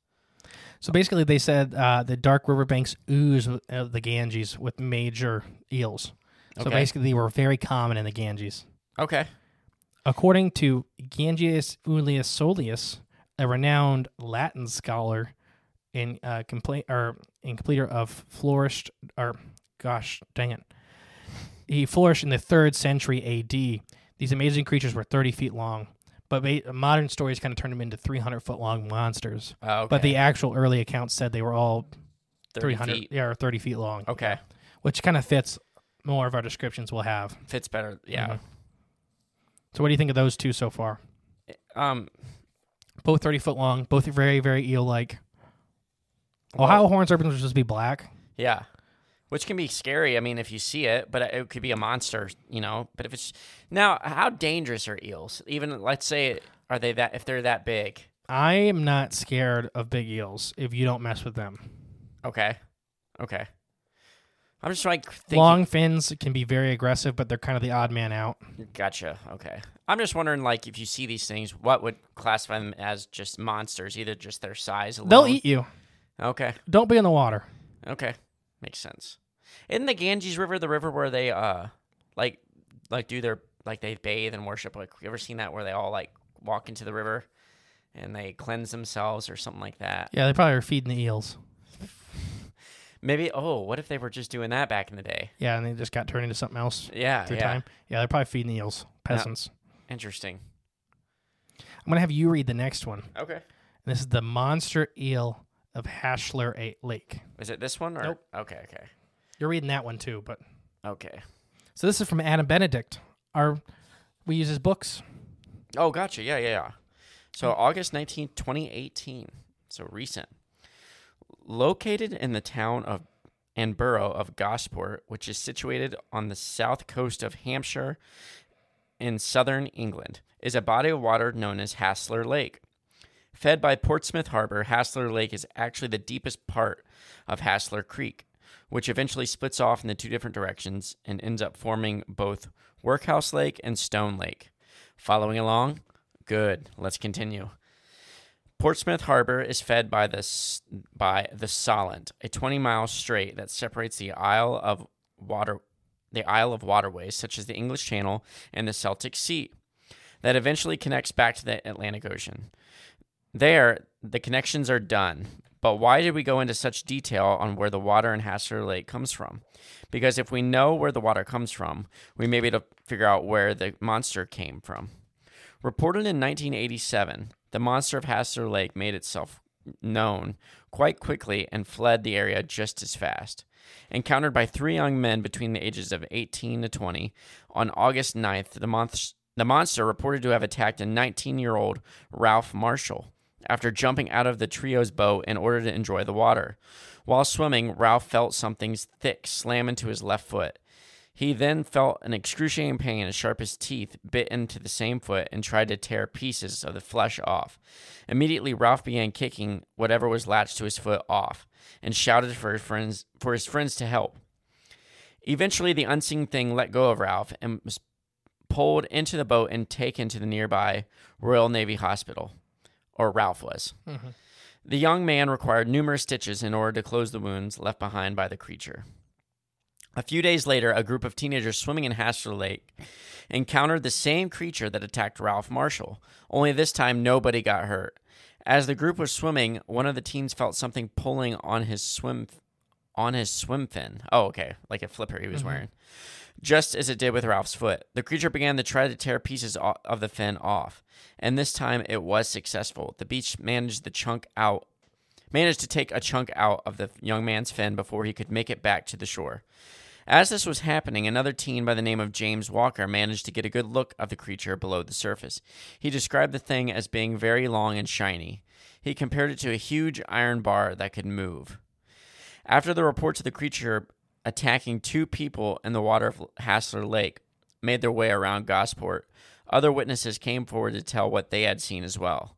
So basically, they said uh, the dark riverbanks ooze with- of the Ganges with major eels. So
Okay.
basically, they were very common in the Ganges.
Okay.
According to Gangius Ulius Solius, a renowned Latin scholar and uh, complete or and completer of flourished or gosh dang it, he flourished in the third century A.D. These amazing creatures were thirty feet long, but ba- modern stories kind of turned them into three hundred foot long monsters.
Oh, okay.
But the actual early accounts said they were all
30
three hundred
feet. Oh.
yeah, or thirty feet long.
Okay.
which kind of fits more of our descriptions we'll have.
Fits better. Yeah.
Mm-hmm. So, what do you think of those two so far?
Um.
both 30 foot long, both very, very eel like. Ohio horned serpents are supposed to be black.
Yeah. Which can be scary. I mean, if you see it, but it could be a monster, you know. But if it's now, how dangerous are eels? Even let's say, are they that if they're that big?
I am not scared of big eels if you don't mess with them.
Okay. Okay. I'm just like thinking.
Long fins can be very aggressive, but they're kind of the odd man out.
Gotcha. Okay. I'm just wondering, like, if you see these things, what would classify them as just monsters? Either just their size. Alone?
They'll eat you.
Okay.
Don't be in the water.
Okay, makes sense. Isn't the Ganges River the river where they uh like like do their like they bathe and worship? Like you ever seen that where they all like walk into the river and they cleanse themselves or something like that?
Yeah, they probably are feeding the eels.
Maybe oh, what if they were just doing that back in the day?
Yeah, and they just got turned into something else
Yeah,
through
yeah.
time. Yeah, they're probably feeding the eels, peasants.
Interesting.
I'm going to have you read the next one.
Okay.
This is the monster eel of Hashler A- Lake.
Is it this one or
Nope.
okay, okay.
You're reading that one too, but.
Okay.
So, this is from Adam Benedict. Our, we use his books.
Oh, gotcha. Yeah, yeah, yeah. So August 19, 2018. So recent. Located in the town of and borough of Gosport, which is situated on the south coast of Hampshire in southern England, is a body of water known as Hassler Lake. Fed by Portsmouth Harbor, Hassler Lake is actually the deepest part of Hassler Creek, which eventually splits off into two different directions and ends up forming both Workhouse Lake and Stone Lake. Following along? Good. Let's continue. Portsmouth Harbor is fed by the S- by the Solent, a 20-mile strait that separates the Isle of Water the Isle of waterways such as the English Channel and the Celtic Sea that eventually connects back to the Atlantic Ocean. There, the connections are done. But why did we go into such detail on where the water in Hassler Lake comes from? Because if we know where the water comes from, we may be able to figure out where the monster came from. Reported in 1987, the monster of Hassler Lake made itself known quite quickly and fled the area just as fast. Encountered by three young men between the ages of 18 to 20, on August 9th, the, month- the monster reported to have attacked a 19 year old Ralph Marshall after jumping out of the trio's boat in order to enjoy the water. While swimming, Ralph felt something thick slam into his left foot. He then felt an excruciating pain as sharp as teeth bit into the same foot and tried to tear pieces of the flesh off. Immediately, Ralph began kicking whatever was latched to his foot off and shouted for his friends for his friends to help. Eventually, the unseen thing let go of Ralph and was pulled into the boat and taken to the nearby Royal Navy Hospital, or Ralph was. The young man required numerous stitches in order to close the wounds left behind by the creature. A few days later, a group of teenagers swimming in Hassler Lake encountered the same creature that attacked Ralph Marshall, only this time nobody got hurt. As the group was swimming, one of the teens felt something pulling on his swim on his swim fin. Oh, okay, like a flipper he was wearing. Just as it did with Ralph's foot, the creature began to try to tear pieces o- of the fin off, and this time it was successful. The beach managed the chunk out managed to take a chunk out of the young man's fin before he could make it back to the shore. As this was happening, another teen by the name of James Walker managed to get a good look of the creature below the surface. He described the thing as being very long and shiny. He compared it to a huge iron bar that could move. After the reports of the creature attacking two people in the water of Hassler Lake made their way around Gosport, other witnesses came forward to tell what they had seen as well.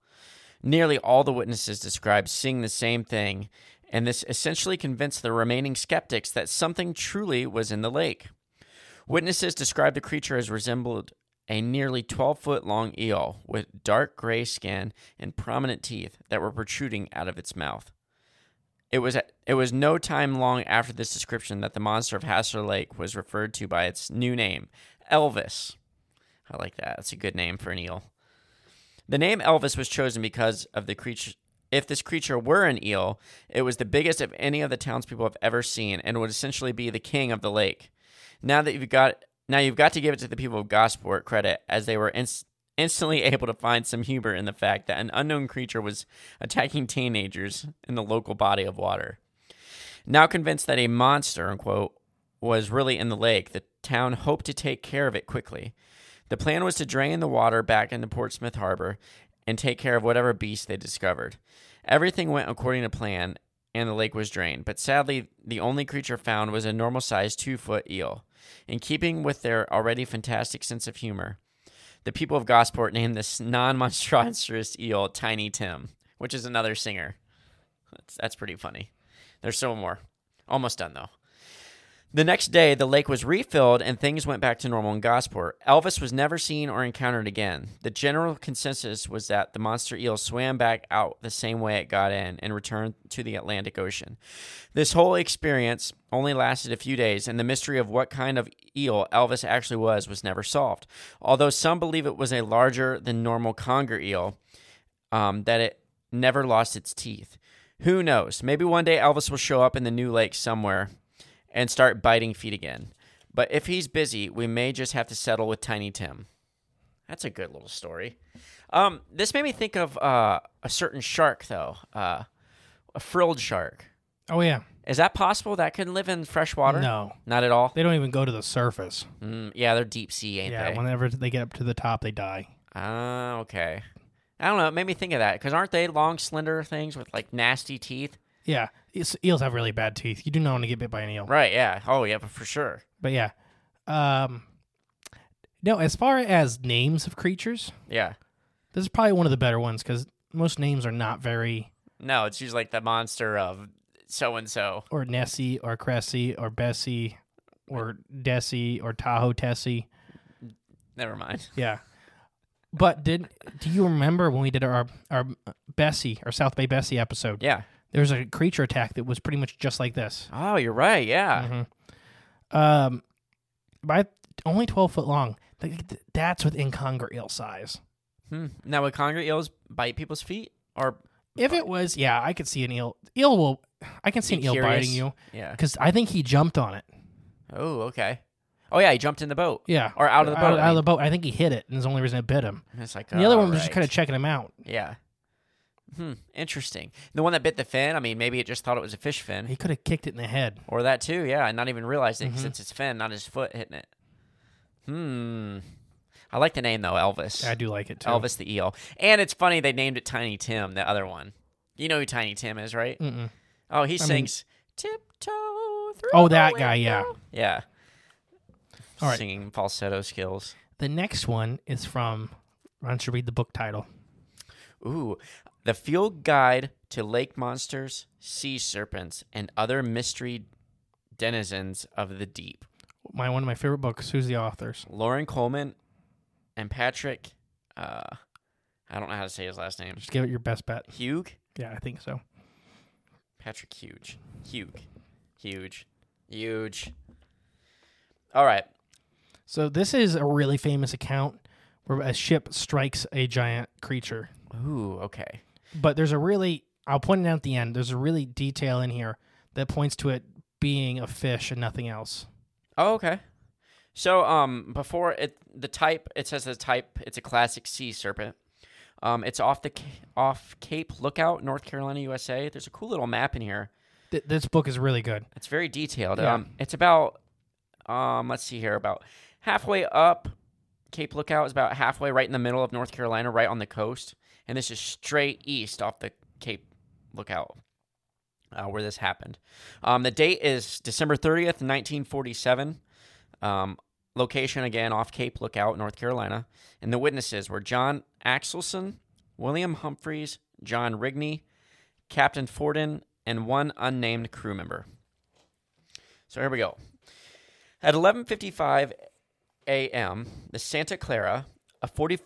Nearly all the witnesses described seeing the same thing, and this essentially convinced the remaining skeptics that something truly was in the lake. Witnesses described the creature as resembled a nearly 12 foot long eel with dark gray skin and prominent teeth that were protruding out of its mouth. It was it was no time long after this description that the monster of Hassler Lake was referred to by its new name, Elvis. I like that. That's a good name for an eel. The name Elvis was chosen because of the creature. If this creature were an eel, it was the biggest of any of the townspeople have ever seen, and would essentially be the king of the lake. Now that you've got, now you've got to give it to the people of Gosport credit, as they were inst- instantly able to find some humor in the fact that an unknown creature was attacking teenagers in the local body of water. Now convinced that a monster, unquote, was really in the lake, the town hoped to take care of it quickly. The plan was to drain the water back into Portsmouth Harbor and take care of whatever beast they discovered. Everything went according to plan, and the lake was drained, but sadly, the only creature found was a normal sized two foot eel. In keeping with their already fantastic sense of humor, the people of Gosport named this non monstrous eel Tiny Tim, which is another singer. That's, that's pretty funny. There's still more. Almost done, though. The next day, the lake was refilled and things went back to normal in Gosport. Elvis was never seen or encountered again. The general consensus was that the monster eel swam back out the same way it got in and returned to the Atlantic Ocean. This whole experience only lasted a few days, and the mystery of what kind of eel Elvis actually was was never solved. Although some believe it was a larger than normal conger eel, um, that it never lost its teeth. Who knows? Maybe one day Elvis will show up in the new lake somewhere and start biting feet again. But if he's busy, we may just have to settle with Tiny Tim. That's a good little story. Um, this made me think of uh, a certain shark, though, uh, a frilled shark.
Oh yeah,
Is that possible? That can live in fresh water?
No.
not at all.
they don't even go to the surface.
Mm, yeah, they're deep sea, ain't
Yeah,
they?
whenever they get up to the top, they die.
Ah, okay. I don't know. It made me think of that because aren't they long, slender things with like nasty teeth?
Yeah, it's- eels have really bad teeth. You do not want to get bit by an eel.
Right? Yeah. Oh, yeah, for sure.
But yeah, um, no. As far as names of creatures,
Yeah.
this is probably one of the better ones because most names are not very
No, it's usually like the monster of so and so.
or Nessie or Cressy or Bessie or Desi or Tahoe Tessie.
Never mind.
Yeah. But did do you remember when we did our our Bessie, our South Bay Bessie episode?
Yeah.
There was a creature attack that was pretty much just like this.
Oh, you're right. Yeah.
Um, by only twelve foot long. Th- th- That's within conger eel size. Mm-hmm.
Hmm. Now, would conger eels bite people's feet? Or
If it was, yeah, I could see an eel. Eel will. I can see an
Be
eel
curious.
biting you
yeah.
because I think he jumped on it.
Oh, okay. Oh yeah, he jumped in the boat.
Yeah,
Or out of the
Out,
boat.
of the boat. I think he hit it, and that's the only reason it bit him.
It's like
And the other one was
alright.
just kind of checking him out.
Yeah. Hmm. Interesting. The one that bit the fin. I mean, maybe it just thought it was a fish fin.
He could have kicked it in the head.
Or that too, yeah, and not even realize it
Mm-hmm.
since it's Finn, not his foot hitting it. Hmm. I like the name though, Elvis.
I do like it too.
Elvis the eel, and it's funny they named it Tiny Tim, the other one. You know who Tiny Tim is, right?
Mm-mm.
Oh, he
mean-
sings tiptoe through.
Oh,
the
that guy, yeah.
window." Yeah.
All right.
singing falsetto skills.
The next one is from. Why don't you read the book title?
Ooh, the field guide to lake monsters, sea serpents, and other mystery denizens of the deep.
My one of my favorite books. Who's the authors?
Lauren Coleman and Patrick. Uh, I don't know how to say his last name.
Just give it your best bet.
Hugh.
Yeah, I think so.
Patrick Huge. Hugh. Huge. Huge. All right.
So this is a really famous account where a ship strikes a giant creature.
Ooh, okay.
But there's a really I'll point it out at the end. There's a really detail in here that points to it being a fish and nothing else.
Oh, okay. So, um, before it, the type it says the type it's a classic sea serpent. Um, it's off the Ca- off Cape Lookout, North Carolina, USA. There's a cool little map in here.
Th- this book is really good.
It's very detailed.
Yeah.
Um, it's about um, let's see here, about halfway up Cape Lookout is about halfway right in the middle of North Carolina, right on the coast, and this is straight east off the Cape Lookout. Uh, where this happened. Um, the date is December 30th, 1947. Um, location again off Cape Lookout, North Carolina. And the witnesses were John Axelson, William Humphreys, John Rigney, Captain Forden, and one unnamed crew member. So here we go. At 11:55 a.m., the Santa Clara, a 40,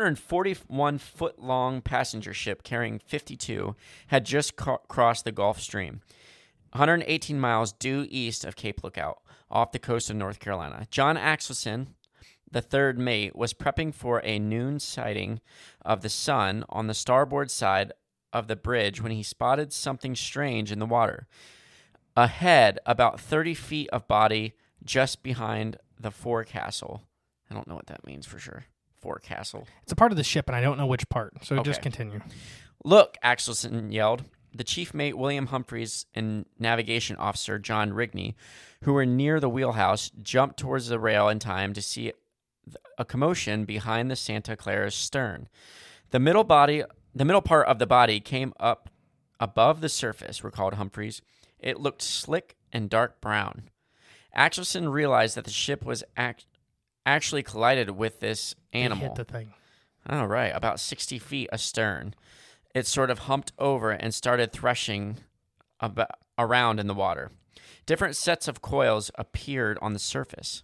441 foot long passenger ship carrying 52, had just ca- crossed the Gulf Stream, 118 miles due east of Cape Lookout, off the coast of North Carolina. John Axelson, the third mate, was prepping for a noon sighting of the sun on the starboard side of the bridge when he spotted something strange in the water a head about 30 feet of body just behind the forecastle. I don't know what that means for sure. Forecastle.
It's a part of the ship and I don't know which part. So just
Okay.
continue.
Look, Axelson yelled. The chief mate, William Humphreys, and navigation officer, John Rigney, who were near the wheelhouse, jumped towards the rail in time to see a commotion behind the Santa Clara's stern. The middle body, the middle part of the body came up above the surface, recalled Humphreys. It looked slick and dark brown. Axelson realized that the ship was act- actually collided with this
He
animal.
hit the thing.
All right, about 60 feet astern. It sort of humped over and started threshing abo around in the water. Different sets of coils appeared on the surface.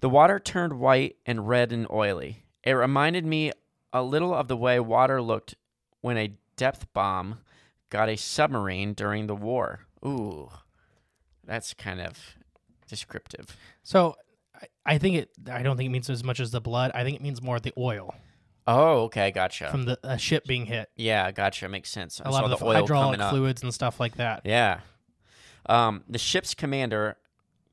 The water turned white and red and oily. It reminded me a little of the way water looked when a depth bomb got a submarine during the war. Ooh, that's kind of descriptive.
So I, I think it I don't think it means as much as the blood. I think it means more the oil
Oh, okay, gotcha.
from the a ship being hit.
yeah, gotcha. Makes sense. I
A lot
saw
of the,
oil
hydraulic
coming up.
fluids and stuff like that.
Yeah. Um, the ship's commander,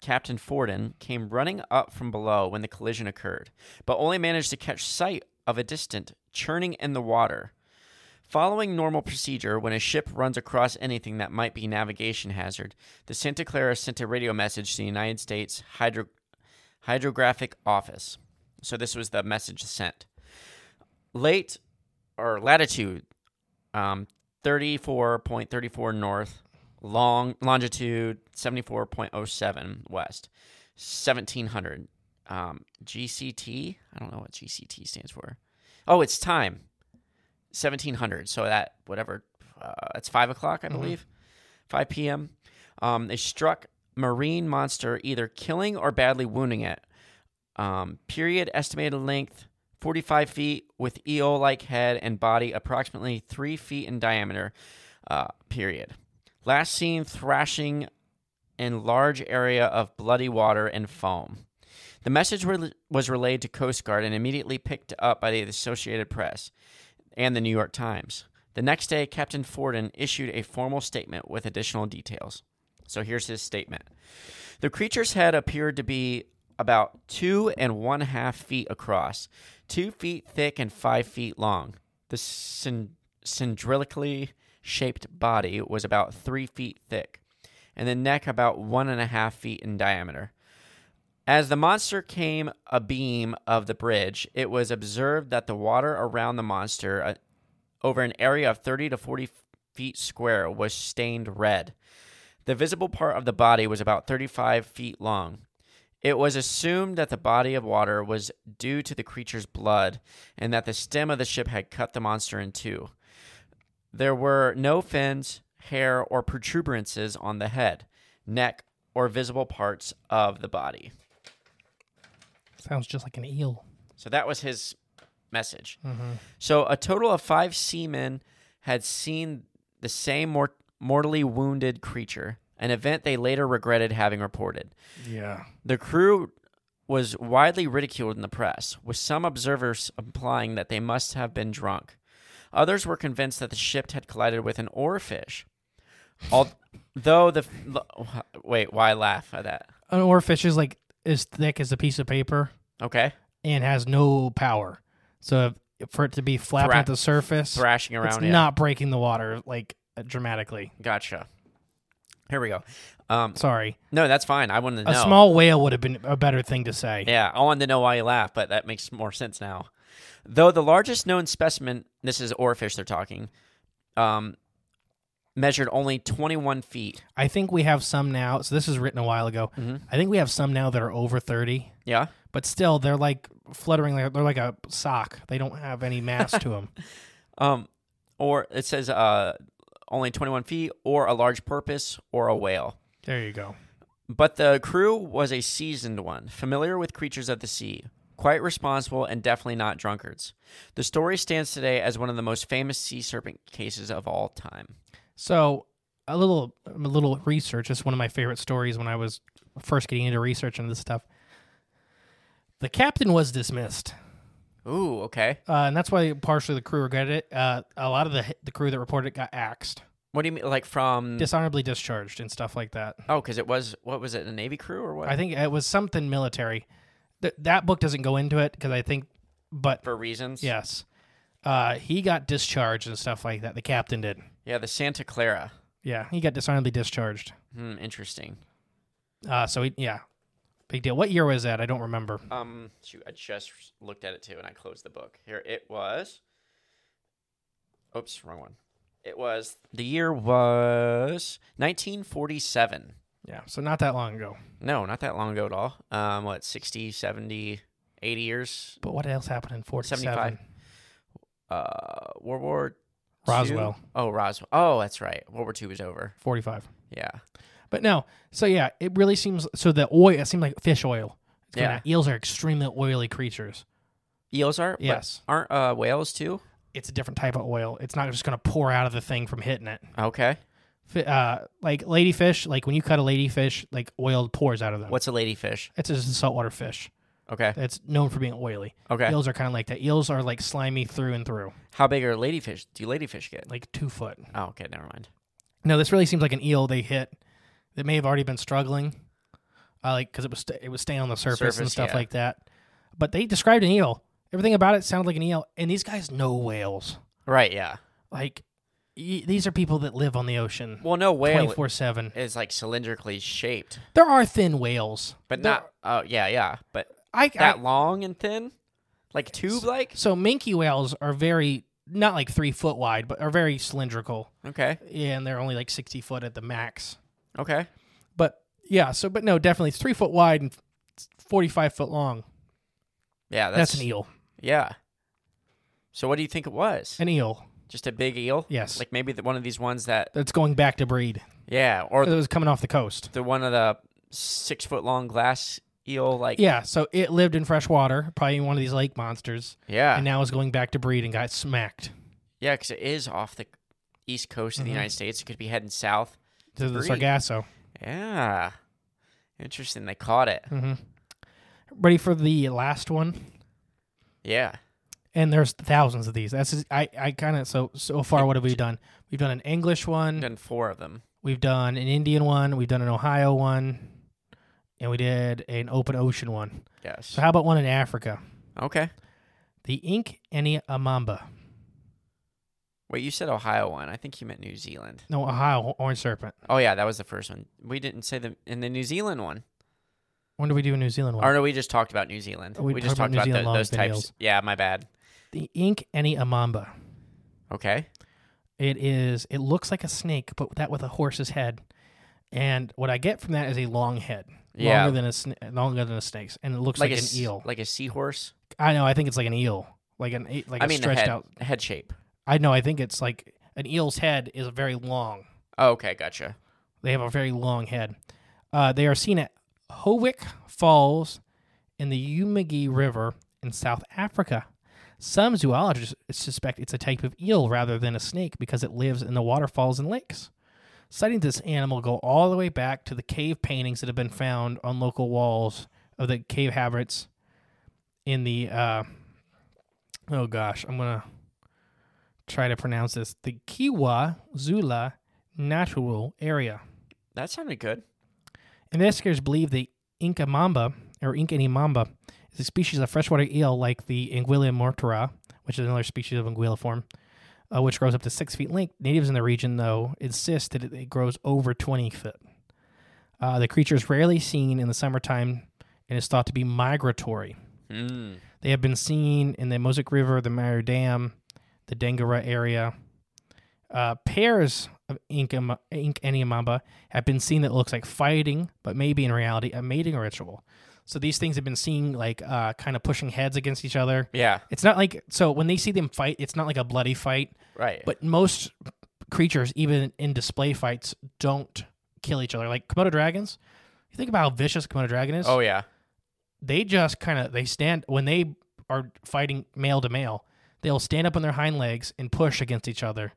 Captain Forden, came running up from below when the collision occurred, but only managed to catch sight of a distant churning in the water. Following normal procedure, when a ship runs across anything that might be navigation hazard, the Santa Clara sent a radio message to the United States Hydro- Hydrographic Office. So this was the message sent. Late or latitude um, 34.34 north, long longitude 74.07 west, 1700 um, GCT. I don't know what GCT stands for. Oh, it's time 1700. So that whatever, uh, it's five o'clock, I believe, 5 p.m. Um, they struck marine monster, either killing or badly wounding it. Um, period estimated length 45 feet with eel like head and body approximately 3 feet in diameter. Uh, period. Last seen thrashing in large area of bloody water and foam. The message rel was relayed to Coast Guard and immediately picked up by the Associated Press and the New York Times. The next day, Captain Forden issued a formal statement with additional details. So here's his statement. The creature's head appeared to be about two and one half feet across, two feet thick and five feet long. The cyn- cylindrically shaped body was about three feet thick, and the neck about one and a half feet in diameter. As the monster came abeam of the bridge, it was observed that the water around the monster, uh, over an area of 30 to 40 feet square, was stained red. The visible part of the body was about 35 feet long. It was assumed that the body of water was due to the creature's blood and that the stem of the ship had cut the monster in two. There were no fins, hair, or protuberances on the head, neck, or visible parts of the body.
Sounds just like an eel.
So that was his message. So a total of five seamen had seen the same mor- mortally wounded creature, an event they later regretted having reported.
Yeah.
The crew was widely ridiculed in the press, with some observers implying that they must have been drunk. Others were convinced that the ship had collided with an oarfish. Although the wait, why laugh at that?
An oarfish is like as thick as a piece of paper
Okay,
and has no power. So if, for it to be flapping
Thra-
at the surface,
thrashing around.
it's
yeah.
not breaking the water like uh, dramatically.
Gotcha. Here we go. Um,
Sorry.
no, that's fine. I wanted to
A
know.
small whale would have been a better thing to say.
Yeah, I wanted to know why you laughed, but that makes more sense now. Though the largest known specimen, this is oarfish they're talking, um, measured only 21 feet.
I think we have some now. So this is written a while ago.
Mm-hmm.
I think we have some now that are over 30,
Yeah.
but still they're like fluttering. They're, they're like a sock. They don't have any mass to them.
Um, or it says uh, only 21 feet, or a large porpoise, or a whale.
There you go.
But the crew was a seasoned one, familiar with creatures of the sea, quite responsible, and definitely not drunkards. The story stands today as one of the most famous sea serpent cases of all time.
So a little a little research. It's one of my favorite stories when I was first getting into research and this stuff. The captain was dismissed,
Ooh, okay.
uh, and that's why partially the crew regretted it. Uh, a lot of the the crew that reported it got axed,
What do you mean, like from?
dishonorably discharged, and stuff like that.
oh, because it was what was it, a Navy crew or what?
I think it was something military. Th- that book doesn't go into it because I think, but
for reasons.
yes, uh, he got discharged and stuff like that. The captain did.
yeah. The Santa Clara.
Yeah, he got dishonorably discharged.
Hmm, interesting.
Uh, so he, yeah, big deal. What year was that? I don't remember.
Um, shoot, I just looked at it too, and I closed the book. Here it was. Oops, wrong one. It was the year was 1947.
Yeah, so not that long ago.
No, not that long ago at all. Um, what 60, 70, 80 years?
But what else happened in 47?
75. Uh, World War II?
Roswell.
Oh, Roswell. Oh, that's right. World War II was over.
45.
Yeah.
But no, so yeah, it really seems so. The oil, it seemed like fish oil. It's coming
Yeah.
out. Eels are extremely oily creatures.
Eels are. but
Yes.
Aren't uh, whales too?
It's a different type of oil. It's not just going to pour out of the thing from hitting it.
Okay.
Fi- Uh, like ladyfish, like when you cut a ladyfish, like oil pours out of them.
What's a ladyfish?
It's just a saltwater fish
Okay.
that's known for being oily.
Okay.
Eels are kind of like that. Eels are like slimy through and through,
How big are ladyfish? Do ladyfish get?
like two foot.
Oh, okay. Never mind.
No, this really seems like an eel they hit that may have already been struggling, uh, like because it was st- it was staying on the surface, and
Surface,
stuff
yeah.
like that. But they described an eel. Everything about it sounded like an eel, and these guys know whales.
Right. Yeah.
Like y- these are people that live on the ocean
Well, no
twenty
whale
four seven.
is like cylindrically shaped,
There are thin whales,
but
There-
not. Oh, yeah, yeah. But
I,
that
I
long and thin, like tube like.
so minke whales are very not like three foot wide, but are very cylindrical,
Okay.
and they're only like sixty foot at the max.
Okay.
But yeah, so but no, definitely it's three foot wide and forty five foot long.
Yeah. That's,
That's, an eel.
Yeah. So what do you think it was?
An eel
Just a big eel?
Yes.
Like maybe the, one of these ones that.
that's going back to breed.
Yeah. Or
It was coming off the coast.
the one of the six foot long glass eel. Like.
Yeah, so it lived in fresh water, probably one of these lake monsters,
Yeah.
and now is going back to breed and got smacked
Yeah, because it is off the east coast
Mm-hmm.
of the United States. It could be heading south.
to the
Breed.
Sargasso.
Yeah. Interesting. They caught it.
Hmm. Ready for the last one?
Yeah.
And there's thousands of these. That's just- I I kind of so so far. What have we done? We've done an English one.
Done four of them.
We've done an Indian one. We've done an Ohio one, and we did an open ocean one.
Yes.
So how about one in Africa?
Okay.
The Ink Eni Amamba.
Wait, you said Ohio one. I think you meant New Zealand.
No, Ohio orange serpent.
Oh, yeah. That was the first one. We didn't say the in the New Zealand one.
When do we do a New Zealand one?
Or no, we just talked about New Zealand.
We
just
talked
talked
about
about,
New
tho-
Zealand
those
long
types.
videos.
Yeah, my bad.
The Ink Eni Amamba.
Okay.
It is. It looks like a snake, but that with a horse's head. And what I get from that is a long head.
Yeah.
longer than a sn- longer than a snake's, and it looks like,
a
an
s-
eel.
like a seahorse.
I know. I think it's like an eel, like an e- like
I
a
mean, the
stretched
head,
out.
head shape.
I know. I think it's like an eel's head is very long.
Oh, okay, gotcha.
They have a very long head. Uh, they are seen at Howick Falls in the Umagi River in South Africa. Some zoologists suspect it's a type of eel rather than a snake because it lives in the waterfalls and lakes. Sightings of this animal go all the way back to the cave paintings that have been found on local walls of the cave habits in the uh, oh gosh, I'm gonna try to pronounce this the Kiwa Zula Natural Area.
That sounded good.
Investigators believe the Inca mamba or Inca mamba is a species of freshwater eel like the Anguilla mortara, which is another species of anguilliform, uh, which grows up to six feet length. Natives in the region, though, insist that it- it grows over 20 feet. Uh, the creature is rarely seen in the summertime and is thought to be migratory.
Mm.
They have been seen in the Mosaic River, the Mayo Dam, the Dangara area. Uh, pairs of Inca, Inc. Enneamamba have been seen that looks like fighting, but maybe in reality a mating ritual. So these things have been seen like uh, kind of pushing heads against each other.
Yeah,
It's not like so when they see them fight, it's not like a bloody fight.
right.
But most creatures, even in display fights, don't kill each other. Like Komodo dragons, you think about how vicious a Komodo dragon is
oh yeah,
they just kind of they stand when they are fighting male to male they'll stand up on their hind legs and push against each other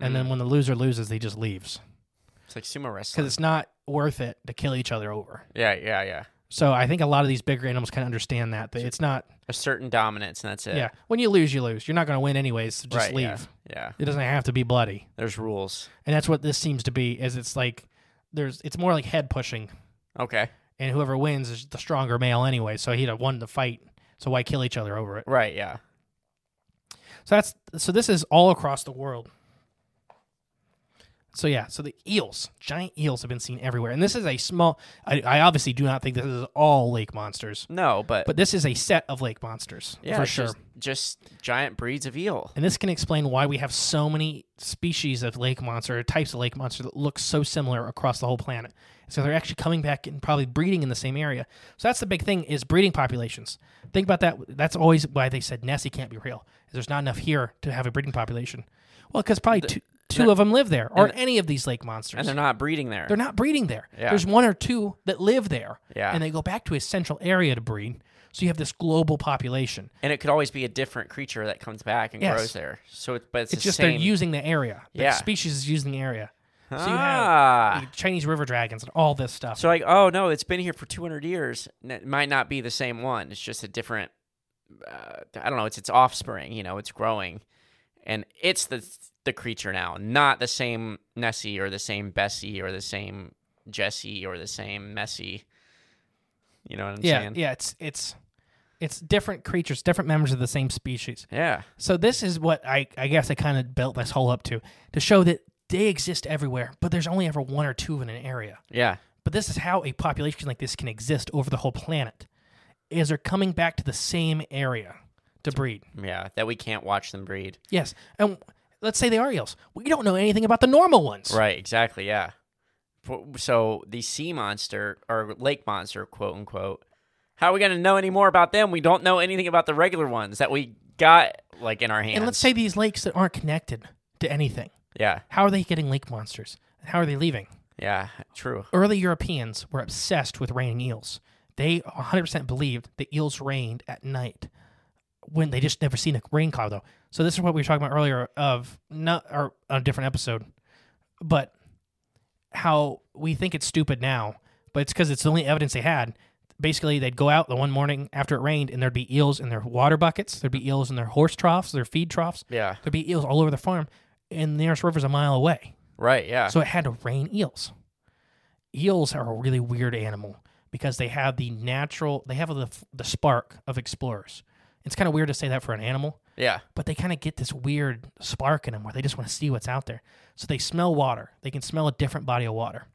and then when the loser loses they just leaves
Mm. it's like sumo
because
wrestling.
it's not worth it to kill each other over
Yeah, yeah, yeah.
so i think a lot of these bigger animals kind of understand that, that it's not
A certain dominance, and that's it.
yeah. when you lose you lose you're not going to win anyways so just
right,
leave
yeah, yeah.
it doesn't have to be bloody
There's rules.
and that's what this seems to be is it's like there's it's more like head pushing
Okay.
and whoever wins is the stronger male anyway so he'd have won the fight so why kill each other over it
Right. Yeah.
So that's so this is all across the world. So yeah, so the eels, giant eels have been seen everywhere. And this is a small I, I obviously do not think this is all lake monsters,
No, but,
but this is a set of lake monsters
yeah,
for
it's
sure.
Just, just giant breeds of eel.
and this can explain why we have so many species of lake monster, or types of lake monster that look so similar across the whole planet. So they're actually coming back and probably breeding in the same area. So that's the big thing is breeding populations. Think about that. That's always why they said Nessie can't be real. Is there's not enough here to have a breeding population. Well, because probably two, two of them live there, or any of these lake monsters.
And they're not breeding there.
They're not breeding there.
Yeah.
There's one or two that live there,
Yeah.
and they go back to a central area to breed. So you have this global population.
and it could always be a different creature that comes back and
Yes.
grows there. So, it, but it's,
It's
the
just
same.
they're using the area. The
Yeah.
species is using the area. So you have
ah.
the Chinese river dragons and all this stuff.
so like, oh no, it's been here for 200 years. and It might not be the same one. It's just a different. Uh, I don't know. It's its offspring. You know, it's growing, and it's the the creature now, not the same Nessie or the same Bessie or the same Jesse or the same Messi. You know what I'm
yeah,
saying?
yeah, it's it's it's different creatures, different members of the same species.
Yeah.
So this is what I I guess I kind of built this whole up to to show that they exist everywhere, but there's only ever one or two in an area.
Yeah.
But this is how a population like this can exist over the whole planet. Is they're coming back to the same area to breed.
Yeah, that we can't watch them breed.
Yes. And let's say they are eels. We don't know anything about the normal ones.
Right, exactly, yeah. For- So the sea monster or lake monster, quote unquote. How are we gonna know any more about them? We don't know anything about the regular ones that we got like in our hands.
And let's say these lakes that aren't connected to anything.
yeah,
How are they getting lake monsters? And How are they leaving?
yeah, true.
Early Europeans were obsessed with raining eels. They 100% believed that eels rained at night when they just never seen a rain cloud though. So this is what we were talking about earlier of not or on a different episode, but how we think it's stupid now, but it's because it's the only evidence they had. Basically, they'd go out the one morning after it rained, and there'd be eels in their water buckets, there'd be eels in their horse troughs, their feed troughs,
Yeah,
there'd be eels all over the farm, and the nearest river's a mile away.
right, yeah,
So it had to rain eels. Eels are a really weird animal because they have the natural, they have the, the spark of explorers. It's kind of weird to say that for an animal,
yeah,
but they kind of get this weird spark in them where they just want to see what's out there. So they smell water. They can smell a different body of water.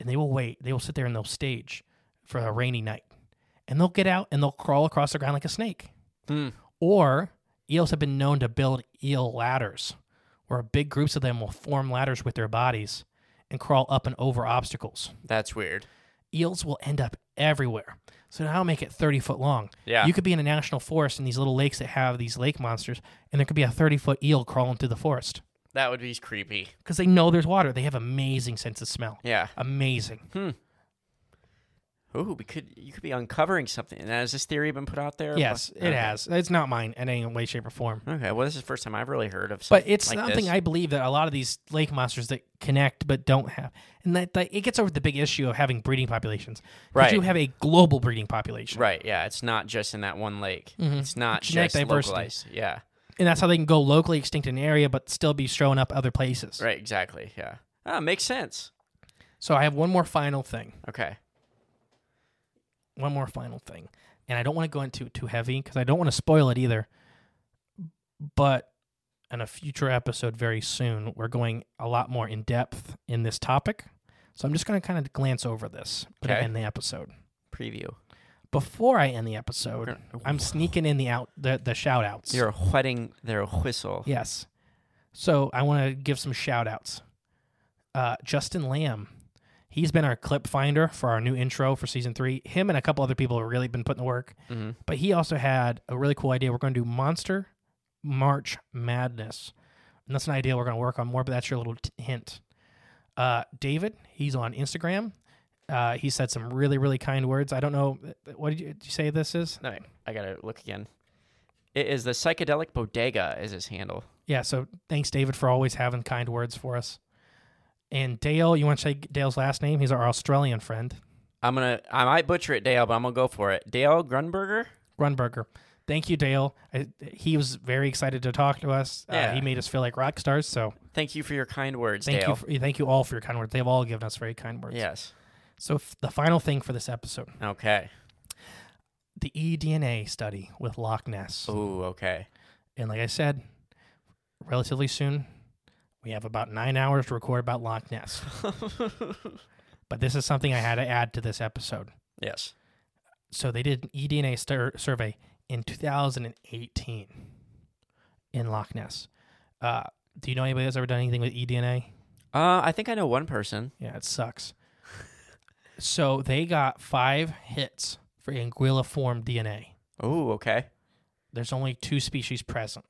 And they will wait. They will sit there and they'll stage for a rainy night. And they'll get out and they'll crawl across the ground like a snake.
Hmm.
Or eels have been known to build eel ladders where big groups of them will form ladders with their bodies and crawl up and over obstacles.
that's weird.
Eels will end up everywhere. So now make it 30 foot long.
Yeah.
You could be in a national forest in these little lakes that have these lake monsters, and there could be a 30 foot eel crawling through the forest
That would be creepy.
because they know there's water. They have amazing sense of smell.
Yeah.
Amazing.
Ooh, we could you could be uncovering something. And has this theory been put out there?
Yes,
Okay.
it has. It's not mine in any way, shape, or form.
Okay. Well, this is the first time I've really heard of.
But
something
it's
like
something
this.
I believe that a lot of these lake monsters that connect but don't have, and that, that it gets over the big issue of having breeding populations. 'Cause
Right.
You have a global breeding population,
Right. Yeah. It's not just in that one lake. It's not
Genetic
just
Mm-hmm. diversity.
localized. Yeah.
and that's how they can go locally extinct in an area but still be showing up other places.
Right. Exactly. Yeah. Ah, makes sense.
So I have one more final thing.
Okay.
One more final thing, and I don't want to go into it too heavy because I don't want to spoil it either. But in a future episode, very soon, we're going a lot more in depth in this topic. So I'm just going to kind of glance over this but
Okay.
end the episode.
Preview.
before I end the episode,
Okay.
I'm sneaking in the out the, the shout outs.
They're whetting their whistle.
Yes. So I want to give some shout outs. Uh, Justin Lamb. He's been our clip finder for our new intro for season three. Him and a couple other people have really been putting the work.
Mhm.
But he also had a really cool idea. We're going to do Monster March Madness. And that's an idea we're going to work on more, but that's your little t- hint. Uh, David, he's on Instagram. Uh, he said some really, really kind words. I don't know. uh, What did you, did you say this is?
No, wait, I gotta look again. It is the psychedelic bodega is his handle.
yeah, so thanks, David, for always having kind words for us. And Dale, you want to say Dale's last name? He's our Australian friend,
I'm gonna I might butcher it, Dale, but I'm gonna go for it. Dale Grunberger.
Grunberger. Thank you, Dale. I, he was very excited to talk to us. Uh,
Yeah.
he made us feel like rock stars. So
Thank you for your kind words,
thank
Dale.
you, for, thank you all for your kind words. They've all given us very kind words.
yes.
So f- the final thing for this episode,
Okay.
the eDNA study with Loch Ness,
Ooh, okay.
and like I said, relatively soon, we have about nine hours to record about Loch Ness. but this is something I had to add to this episode.
Yes.
so they did an eDNA stir- survey in 2018 in Loch Ness. Uh, do you know anybody that's ever done anything with eDNA?
Uh I think I know one person.
Yeah, it sucks. so they got five hits for anguilliform DNA.
Ooh, okay.
There's only two species present.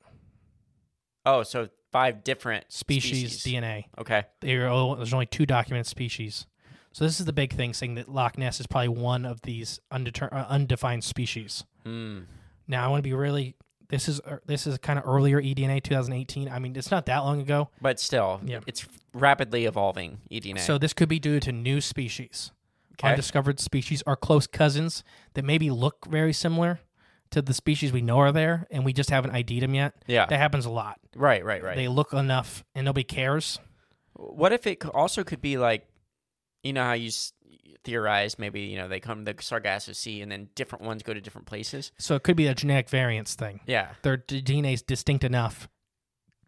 Oh, so five different
Species,
species.
DNA.
Okay.
There are, there's only two documented species. So this is the big thing, saying that Loch Ness is probably one of these undeter- uh, undefined species.
Hmm.
Now I want to be really. This is er, this is kind of earlier E eDNA 2018. I mean, it's not that long ago.
But still,
Yeah.
it's rapidly evolving E eDNA.
So this could be due to new species,
Okay.
undiscovered species, or close cousins that maybe look very similar to the species we know are there, and we just haven't ID'd them yet.
Yeah.
that happens a lot.
right, right, Ah. right.
They look enough, and nobody cares.
What if it c- also could be like, you know how you s- theorize maybe you know they come to the Sargasso Sea and then different ones go to different places.
So it could be a genetic variance thing.
Yeah,
Their d- DNA is distinct enough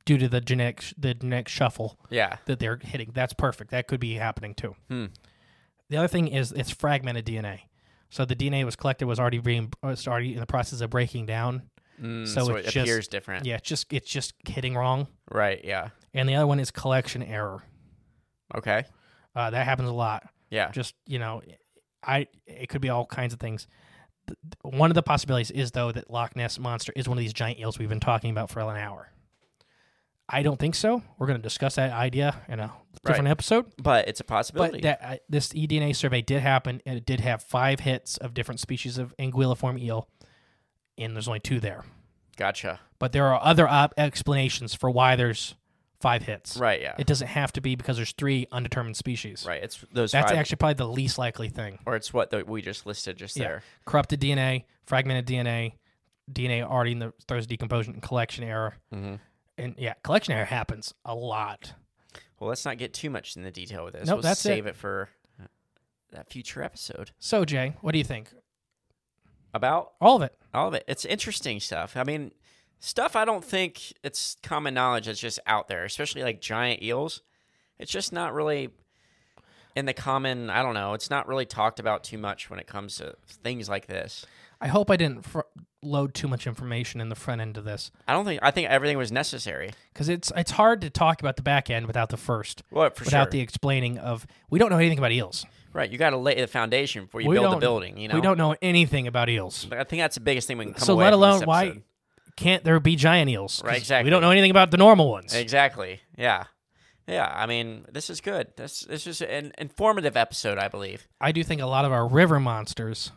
due to the genetic sh- the genetic shuffle
yeah.
that they're hitting. That's perfect. That could be happening too.
Hmm.
The other thing is it's fragmented DNA. So the DNA was collected was already being was already in the process of breaking down.
Mm,
So
so,
it
it
just-
appears different.
Yeah, it's just it's just hitting wrong.
Right. Yeah.
And the other one is collection error.
Okay.
Uh, that happens a lot.
Yeah.
Just you know, I it could be all kinds of things. Th- th- One of the possibilities is though that Loch Ness monster is one of these giant eels we've been talking about for an hour. I don't think so. We're going to discuss that idea in a different episode.
But it's a
But
possibility.
that uh, this eDNA survey did happen, and it did have five hits of different species of anguilliform eel, and there's only two there.
gotcha.
But there are other op- explanations for why there's five hits.
Right. Yeah.
It doesn't have to be because there's three undetermined species.
right. It's those
That's
five,
actually probably the least likely thing.
or it's what the, we just listed just there.
Corrupted DNA, fragmented DNA, DNA already in the throws of decomposition, and collection error.
Mhm.
And yeah, collection error happens a lot.
Well, let's not get too much in the detail with this.
Nope,
we'll
that's it.
save it for uh, that future episode
So, Jay, what do you think?
about
All of it.
All of it. It's interesting stuff. I mean, stuff I don't think it's common knowledge that's just out there, especially like giant eels. It's just not really in the common, I don't know, it's not really talked about too much when it comes to things like this.
I hope I didn't fr- load too much information in the front end of this
I don't think, I think everything was necessary.
because it's it's hard to talk about the back end without the first,
Well, for
without
sure.
the explaining of we don't know anything about eels.
Right, you got to lay the foundation before you
we
build the
don't-
building. You know,
we don't know anything about eels.
But I think that's the biggest thing we can come
So
away
let
from this
alone why
episode.
can't there be giant eels? 'Cause
Right, exactly.
We don't know anything about the normal ones.
Exactly. Yeah. Yeah. I mean, this is good. This this is an informative episode, I believe.
I do think a lot of our river monsters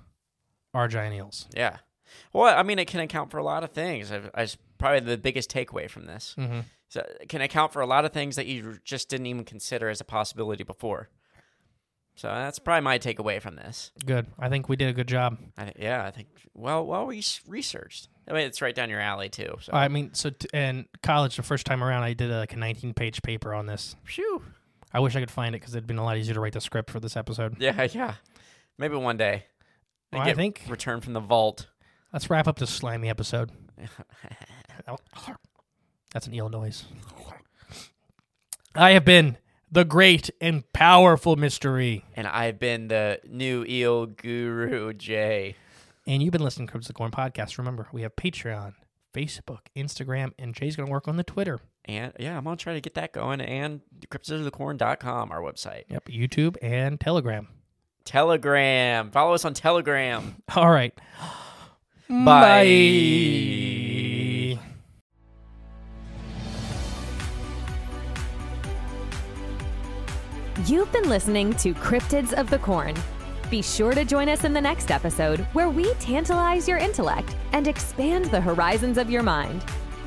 are giant eels.
Yeah. Well, I mean, it can account for a lot of things. I, I s- probably the biggest takeaway from this. Mm-hmm. So it can account for a lot of things that you just didn't even consider as a possibility before. So that's probably my takeaway from this.
Good. I think we did a good job.
I, th- yeah, I think well, well re- researched. I mean, it's right down your alley too. So,
I mean, so t- in college, the first time around, I did like a 19 page paper on this.
phew.
I wish I could find it because it'd been a lot easier to write the script for this episode.
Yeah, yeah. Maybe one day.
Well, I
get
think
return from the vault.
let's wrap up this slimy episode. That's an eel noise. I have been the great and powerful mystery,
And I've been the new eel guru, Jay.
and you've been listening to Crypts of the Corn podcast. Remember, we have Patreon, Facebook, Instagram, and Jay's going to work on the Twitter.
And yeah, I'm going to try to get that going. And cryptosofthecorn.com, our website.
Yep, YouTube and Telegram.
Telegram. Follow us on Telegram.
All right.
Bye.
You've been listening to Cryptids of the Corn. Be sure to join us in the next episode where we tantalize your intellect and expand the horizons of your mind.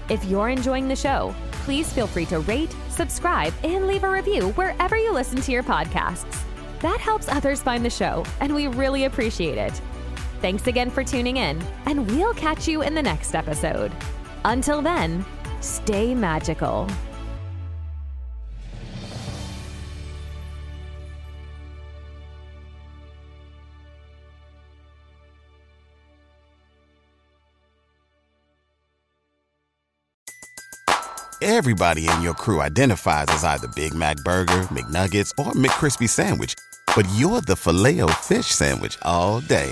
If you're enjoying the show, please feel free to rate, subscribe, and leave a review wherever you listen to your podcasts. That helps others find the show, and we really appreciate it. Thanks again for tuning in, and we'll catch you in the next episode. Until then, stay magical.
Everybody in your crew identifies as either Big Mac Burger, McNuggets, or McCrispy Sandwich. But you're the filet fish Sandwich all day.